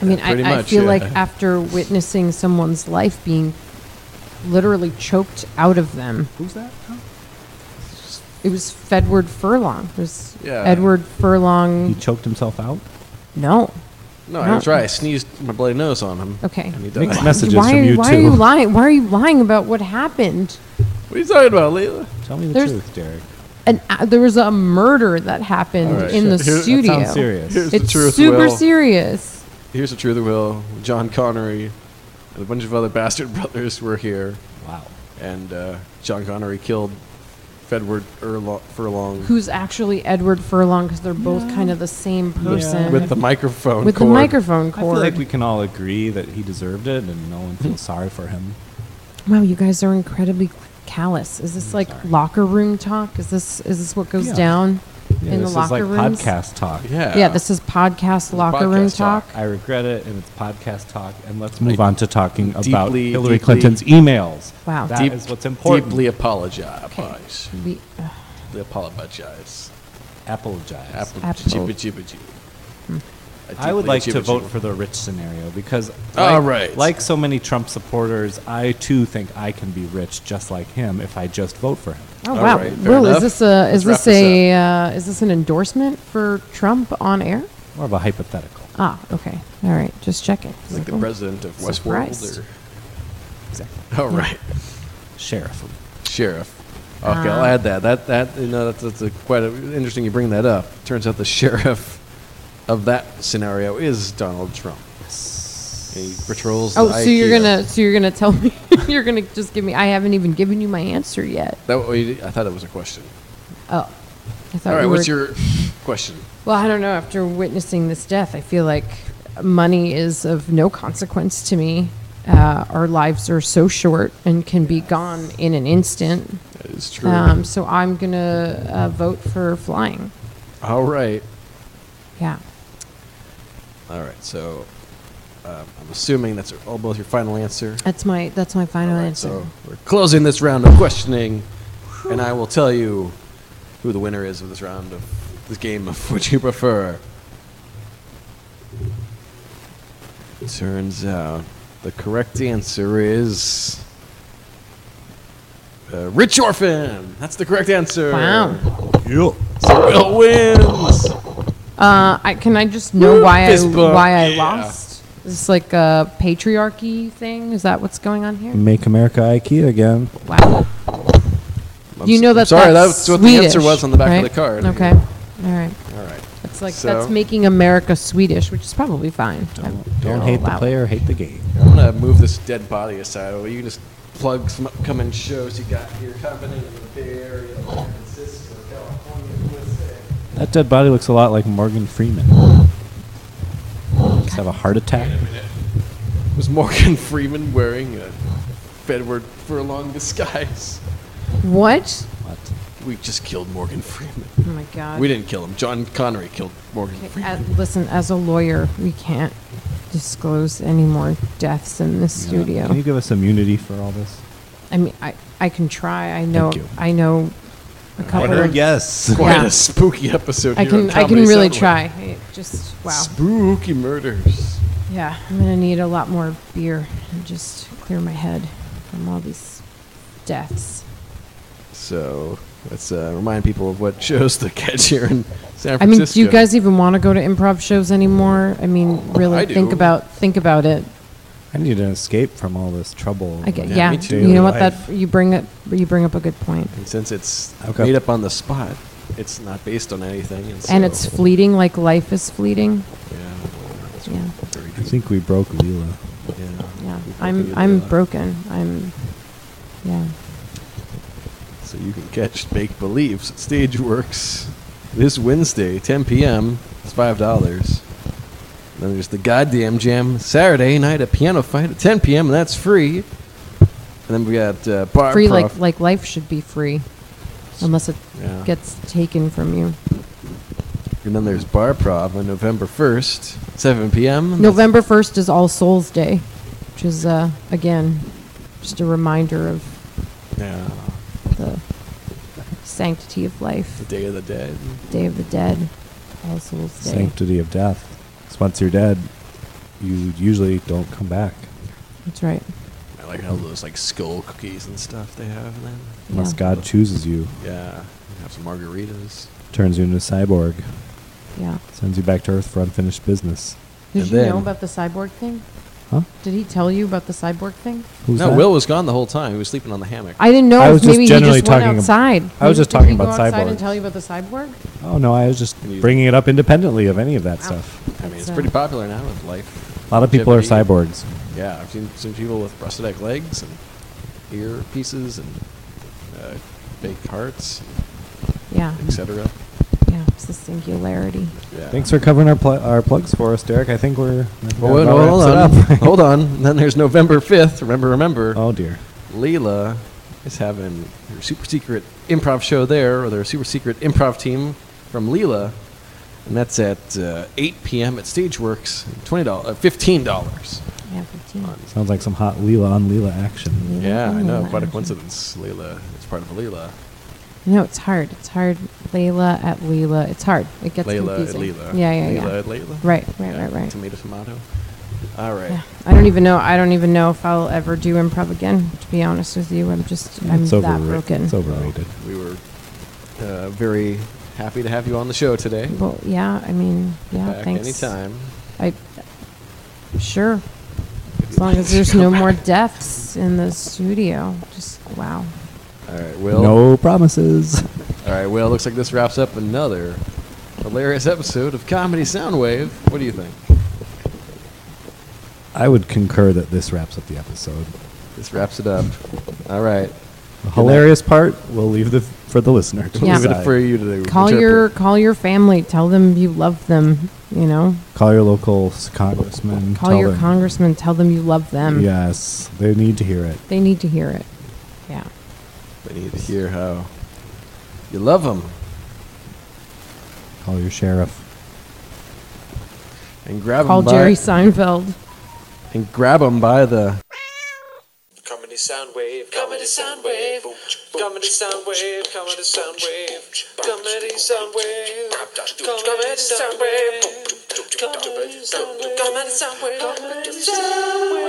[SPEAKER 6] I mean,
[SPEAKER 2] Yeah, pretty
[SPEAKER 6] I, I
[SPEAKER 2] much,
[SPEAKER 6] feel
[SPEAKER 2] yeah.
[SPEAKER 6] like after witnessing someone's life being literally choked out of them,
[SPEAKER 3] Who's that?
[SPEAKER 6] it was Fedward Furlong. It was
[SPEAKER 2] Yeah.
[SPEAKER 6] Edward
[SPEAKER 3] He
[SPEAKER 6] Furlong.
[SPEAKER 3] choked himself out.
[SPEAKER 6] No.
[SPEAKER 2] No,
[SPEAKER 6] No.
[SPEAKER 2] that's right. I sneezed my bloody nose on him.
[SPEAKER 6] Okay.
[SPEAKER 2] And he died.
[SPEAKER 3] Mixed messages
[SPEAKER 6] why
[SPEAKER 3] from
[SPEAKER 6] are,
[SPEAKER 3] you
[SPEAKER 6] why
[SPEAKER 3] two.
[SPEAKER 6] are you lying? Why are you lying about what happened?
[SPEAKER 2] What are you talking about, Leela?
[SPEAKER 3] Tell me the
[SPEAKER 6] There's-
[SPEAKER 3] truth, Derek.
[SPEAKER 6] An, uh, there was a murder that happened
[SPEAKER 2] All right.
[SPEAKER 6] in the
[SPEAKER 2] Here- that
[SPEAKER 6] studio.
[SPEAKER 3] sounds serious.
[SPEAKER 2] Here's the
[SPEAKER 6] it's
[SPEAKER 2] truth,
[SPEAKER 6] super
[SPEAKER 2] Will.
[SPEAKER 6] serious.
[SPEAKER 2] Here's the truth, Will. John Connery and a bunch of other bastard brothers were here,
[SPEAKER 3] Wow.
[SPEAKER 2] and uh, John Connery killed Fedward Erlo- Furlong
[SPEAKER 6] Who's actually Edward Furlong? Because they're both kind of the same person
[SPEAKER 2] with the microphone
[SPEAKER 6] With the
[SPEAKER 2] cord.
[SPEAKER 6] microphone
[SPEAKER 3] I feel
[SPEAKER 6] cord.
[SPEAKER 3] like we can all agree that he deserved it, and no one feels sorry for him.
[SPEAKER 6] Wow, you guys are incredibly callous. Is this like locker room talk? Is this is this what goes
[SPEAKER 3] Yeah.
[SPEAKER 6] down
[SPEAKER 3] Yeah,
[SPEAKER 6] in
[SPEAKER 3] this
[SPEAKER 6] the locker
[SPEAKER 3] is
[SPEAKER 6] room?
[SPEAKER 3] like podcast talk.
[SPEAKER 2] Yeah.
[SPEAKER 6] Yeah, this is podcast locker room
[SPEAKER 2] podcast talk.
[SPEAKER 6] talk.
[SPEAKER 3] I regret it, and it's podcast talk. And let's move on to talking about
[SPEAKER 2] Deeply- deeply-
[SPEAKER 3] Hillary Clinton's emails.
[SPEAKER 6] Wow.
[SPEAKER 3] that is
[SPEAKER 2] Deep-
[SPEAKER 3] what's important.
[SPEAKER 2] Deeply apologize.
[SPEAKER 6] We, ugh,
[SPEAKER 2] Deeply apologize.
[SPEAKER 3] apologize.
[SPEAKER 2] Apple.
[SPEAKER 6] Apple.
[SPEAKER 2] jibba jibba jib. A
[SPEAKER 3] I would
[SPEAKER 2] deeply
[SPEAKER 3] like to
[SPEAKER 2] jibba
[SPEAKER 3] vote
[SPEAKER 2] jibba.
[SPEAKER 3] for the rich scenario because, like,
[SPEAKER 2] All right.
[SPEAKER 3] like so many Trump supporters, I too think I can be rich just like him if I just vote for him.
[SPEAKER 6] oh
[SPEAKER 2] All
[SPEAKER 6] wow,
[SPEAKER 2] right, fair
[SPEAKER 6] Will,
[SPEAKER 2] enough.
[SPEAKER 6] is this a is
[SPEAKER 2] Let's
[SPEAKER 6] this
[SPEAKER 2] wrap
[SPEAKER 6] a uh, is this an endorsement for Trump on air?
[SPEAKER 3] More of a hypothetical.
[SPEAKER 6] Ah, okay, all right, just check it.
[SPEAKER 2] Like the president of
[SPEAKER 6] Surprised.
[SPEAKER 2] Westworld. Or,
[SPEAKER 3] Exactly.
[SPEAKER 2] all right,
[SPEAKER 3] Sheriff.
[SPEAKER 2] sheriff.
[SPEAKER 6] Uh,
[SPEAKER 2] Okay, I'll add that. That that you know that's, that's a quite a, interesting. You bring that up. Turns out the sheriff of that scenario is Donald Trump. He patrols.
[SPEAKER 6] Oh,
[SPEAKER 2] the
[SPEAKER 6] so you're
[SPEAKER 2] IKEA.
[SPEAKER 6] gonna so you're gonna tell me you're gonna just give me? I haven't even given you my answer yet.
[SPEAKER 2] That what you did? I thought it was a question.
[SPEAKER 6] Oh, I thought
[SPEAKER 2] All
[SPEAKER 6] we
[SPEAKER 2] right,
[SPEAKER 6] were-
[SPEAKER 2] what's your question?
[SPEAKER 6] Well, I don't know. After witnessing this death, I feel like money is of no consequence to me. Uh, our lives are so short and can be gone in an instant.
[SPEAKER 2] That is true.
[SPEAKER 6] Um, so I'm going to uh, vote for flying.
[SPEAKER 2] all right.
[SPEAKER 6] Yeah.
[SPEAKER 2] All right, so um, I'm assuming that's all both your final answer.
[SPEAKER 6] That's my that's my final
[SPEAKER 2] All right,
[SPEAKER 6] answer.
[SPEAKER 2] So we're closing this round of questioning, and I will tell you who the winner is of this round of this game of Would You Prefer. Turns out the correct answer is uh, Rich Orphan. That's the correct answer.
[SPEAKER 6] Wow.
[SPEAKER 9] Yeah.
[SPEAKER 2] So Will wins.
[SPEAKER 6] Uh, I, can I just know why I
[SPEAKER 2] Fist bump.
[SPEAKER 6] why I
[SPEAKER 2] Yeah.
[SPEAKER 6] lost? Is this like a patriarchy thing? Is that what's going on
[SPEAKER 2] Mm.
[SPEAKER 6] here?
[SPEAKER 3] Make America IKEA again.
[SPEAKER 6] Wow.
[SPEAKER 2] I'm
[SPEAKER 6] You
[SPEAKER 2] s-
[SPEAKER 6] know
[SPEAKER 2] I'm
[SPEAKER 6] that
[SPEAKER 2] sorry,
[SPEAKER 6] that's
[SPEAKER 2] that's what the answer
[SPEAKER 6] Swedish,
[SPEAKER 2] was on the back
[SPEAKER 6] right?
[SPEAKER 2] of the card.
[SPEAKER 6] Okay. All right.
[SPEAKER 2] All right.
[SPEAKER 6] It's like
[SPEAKER 2] So-
[SPEAKER 6] that's making America Swedish, which is probably fine. Don't,
[SPEAKER 3] Don't hate the player, hate the game.
[SPEAKER 2] I'm gonna move this dead body aside. Well, you can just plug some upcoming shows you got here coming in the Bay Area, San Francisco, California, USA.
[SPEAKER 3] That dead body looks a lot like Morgan Freeman. Just have a heart attack.
[SPEAKER 2] Was Morgan Freeman wearing a Fedward furlong disguise?
[SPEAKER 6] What?
[SPEAKER 3] What?
[SPEAKER 2] We just killed Morgan Freeman.
[SPEAKER 6] Oh my God.
[SPEAKER 2] We didn't kill him. John Connery killed Morgan
[SPEAKER 6] Okay,
[SPEAKER 2] Freeman.
[SPEAKER 6] uh, listen, as a lawyer, we can't disclose any more deaths in this studio.
[SPEAKER 3] Can you give us immunity for all this?
[SPEAKER 6] I mean, I, I can try. I know.
[SPEAKER 3] you.
[SPEAKER 6] I know a couple.
[SPEAKER 3] What a
[SPEAKER 6] of,
[SPEAKER 3] guess.
[SPEAKER 2] Quite
[SPEAKER 6] Yeah.
[SPEAKER 2] a spooky episode.
[SPEAKER 6] I
[SPEAKER 2] here on
[SPEAKER 6] can. I can
[SPEAKER 2] Comedy
[SPEAKER 6] really
[SPEAKER 2] Soundwave.
[SPEAKER 6] try. It just wow.
[SPEAKER 2] Spooky murders.
[SPEAKER 6] yeah, I'm gonna need a lot more beer and just clear my head from all these deaths.
[SPEAKER 2] So let's uh, remind people of what shows to catch here in San Francisco. Oh,
[SPEAKER 6] I mean, do you guys even want to go to improv shows anymore? I mean, really
[SPEAKER 2] I
[SPEAKER 6] think
[SPEAKER 2] do.
[SPEAKER 6] about think about it.
[SPEAKER 3] I need an escape from all this trouble.
[SPEAKER 6] I get,
[SPEAKER 3] in my
[SPEAKER 6] yeah.
[SPEAKER 3] daily
[SPEAKER 6] You know what?
[SPEAKER 3] life.
[SPEAKER 6] That you bring up. You bring up a good point.
[SPEAKER 2] And since it's
[SPEAKER 3] Okay.
[SPEAKER 2] made up on the spot, it's not based on anything. And,
[SPEAKER 6] And
[SPEAKER 2] so-
[SPEAKER 6] it's fleeting, like life is fleeting.
[SPEAKER 2] Yeah.
[SPEAKER 6] Yeah.
[SPEAKER 3] I think we broke Leela.
[SPEAKER 2] Yeah.
[SPEAKER 6] Yeah,
[SPEAKER 2] We've broken
[SPEAKER 6] I'm
[SPEAKER 2] into
[SPEAKER 6] I'm
[SPEAKER 2] that.
[SPEAKER 6] broken. I'm yeah.
[SPEAKER 2] So you can catch Make Believes at Stage Works this Wednesday, 10 p.m. It's five dollars. Then there's the Goddamn Jam Saturday night at Piano Fight at 10 p.m. and that's free. And then we got uh, bar
[SPEAKER 6] free
[SPEAKER 2] prof.
[SPEAKER 6] like like life should be free, unless it
[SPEAKER 2] Yeah.
[SPEAKER 6] gets taken from you.
[SPEAKER 2] and then there's bar prov on November 1st, 7 p.m. and that's-
[SPEAKER 6] November first is All Souls Day, which is uh, again just a reminder of
[SPEAKER 2] Yeah,
[SPEAKER 6] the sanctity of life,
[SPEAKER 2] the Day of the Dead.
[SPEAKER 6] Day of the Dead, All Souls Day.
[SPEAKER 3] Sanctity of death. 'Cause once you're dead, you usually don't come back.
[SPEAKER 6] That's right.
[SPEAKER 2] I like all those like skull cookies and stuff they have. Then
[SPEAKER 3] Unless God chooses you,
[SPEAKER 2] yeah, have some margaritas.
[SPEAKER 3] turns you into a cyborg,
[SPEAKER 6] Yeah.
[SPEAKER 3] sends you back to Earth for unfinished business.
[SPEAKER 6] Did
[SPEAKER 2] And
[SPEAKER 6] you know
[SPEAKER 2] then-
[SPEAKER 6] about the cyborg thing?
[SPEAKER 3] Huh?
[SPEAKER 6] Did he tell you about the cyborg thing?
[SPEAKER 3] Who's
[SPEAKER 2] no,
[SPEAKER 3] that?
[SPEAKER 2] Will was gone the whole time. He was sleeping on the hammock.
[SPEAKER 6] I didn't know
[SPEAKER 3] I
[SPEAKER 6] if
[SPEAKER 3] was just
[SPEAKER 6] maybe
[SPEAKER 3] generally
[SPEAKER 6] he just went
[SPEAKER 3] talking ab-
[SPEAKER 6] outside.
[SPEAKER 3] I was
[SPEAKER 6] Maybe-
[SPEAKER 3] just talking
[SPEAKER 6] did he
[SPEAKER 3] about
[SPEAKER 6] go outside
[SPEAKER 3] cyborgs.
[SPEAKER 6] and tell you about the cyborg?
[SPEAKER 3] Oh no, I was just bringing it up independently of any of that stuff.
[SPEAKER 2] I mean, it's
[SPEAKER 6] That's, uh,
[SPEAKER 2] pretty popular now with life.
[SPEAKER 3] A lot of people are
[SPEAKER 2] longevity.
[SPEAKER 3] cyborgs.
[SPEAKER 2] Yeah, I've seen some people with prosthetic legs and ear pieces and uh, fake hearts,
[SPEAKER 6] Yeah.
[SPEAKER 2] etc.
[SPEAKER 6] Yeah, it's the singularity.
[SPEAKER 2] Yeah.
[SPEAKER 3] Thanks for covering our pl- our plugs for us, Derek. I think we're I think
[SPEAKER 2] Well,
[SPEAKER 3] that
[SPEAKER 2] wait,
[SPEAKER 3] about
[SPEAKER 2] hold on,
[SPEAKER 3] wraps it up.
[SPEAKER 2] hold on. And then there's November 5th. Remember, remember.
[SPEAKER 3] oh dear.
[SPEAKER 2] Leela is having her super secret improv show there, or their super secret improv team from Leela, and that's at uh, 8 p.m. at Stageworks, twenty dollars, uh, fifteen dollars.
[SPEAKER 6] Yeah, 15.
[SPEAKER 3] Sounds like some hot Leela on Leela action.
[SPEAKER 2] Yeah, I know.
[SPEAKER 6] Leela
[SPEAKER 2] Quite a
[SPEAKER 6] action.
[SPEAKER 2] coincidence. Leela, it's part of Leela.
[SPEAKER 6] You know, it's hard. It's hard. Layla at Leela. It's hard. It gets
[SPEAKER 2] Layla at
[SPEAKER 6] confusing.
[SPEAKER 2] Leela.
[SPEAKER 6] Yeah, yeah,
[SPEAKER 2] Leela
[SPEAKER 6] yeah.
[SPEAKER 2] at Layla.
[SPEAKER 6] Right, right,
[SPEAKER 2] Yeah,
[SPEAKER 6] right, right.
[SPEAKER 2] Tomato, tomato. All right.
[SPEAKER 6] Yeah. I don't even know. I don't even know if I'll ever do improv again. To be honest with you, I'm just I'm
[SPEAKER 3] it's
[SPEAKER 6] that
[SPEAKER 3] overrated.
[SPEAKER 6] broken.
[SPEAKER 3] It's overrated.
[SPEAKER 2] We were uh, very happy to have you on the show today.
[SPEAKER 6] Well, yeah. I mean, yeah.
[SPEAKER 2] Back
[SPEAKER 6] thanks.
[SPEAKER 2] anytime.
[SPEAKER 6] I sure. As long as there's no more deaths in the studio. Just wow.
[SPEAKER 2] All right, Will.
[SPEAKER 3] No promises.
[SPEAKER 2] All right, well, looks like this wraps up another hilarious episode of Comedy Soundwave. What do you think?
[SPEAKER 3] I would concur that this wraps up the episode.
[SPEAKER 2] This wraps it up. All right.
[SPEAKER 3] The hilarious part, we'll leave the for the listener to
[SPEAKER 6] Yeah.
[SPEAKER 2] Leave it
[SPEAKER 3] decide.
[SPEAKER 2] for you to
[SPEAKER 6] Call your
[SPEAKER 2] interpret.
[SPEAKER 6] call your family. Tell them you love them. You know.
[SPEAKER 3] Call your local s- congressman.
[SPEAKER 6] Call
[SPEAKER 3] tell
[SPEAKER 6] your
[SPEAKER 3] them.
[SPEAKER 6] congressman. Tell them you love them.
[SPEAKER 3] Yes, they need to hear it.
[SPEAKER 6] They need to hear it. Yeah.
[SPEAKER 2] They need to hear how you love them
[SPEAKER 3] Call your sheriff.
[SPEAKER 2] and grab
[SPEAKER 6] Call
[SPEAKER 2] them by
[SPEAKER 6] Jerry Seinfeld.
[SPEAKER 2] and grab 'em by the
[SPEAKER 5] Comedy sound wave, comedy sound wave, comedy sound wave, comedy sound wave, comedy sound wave, comedy sound wave, comedy sound wave, comedy sound wave.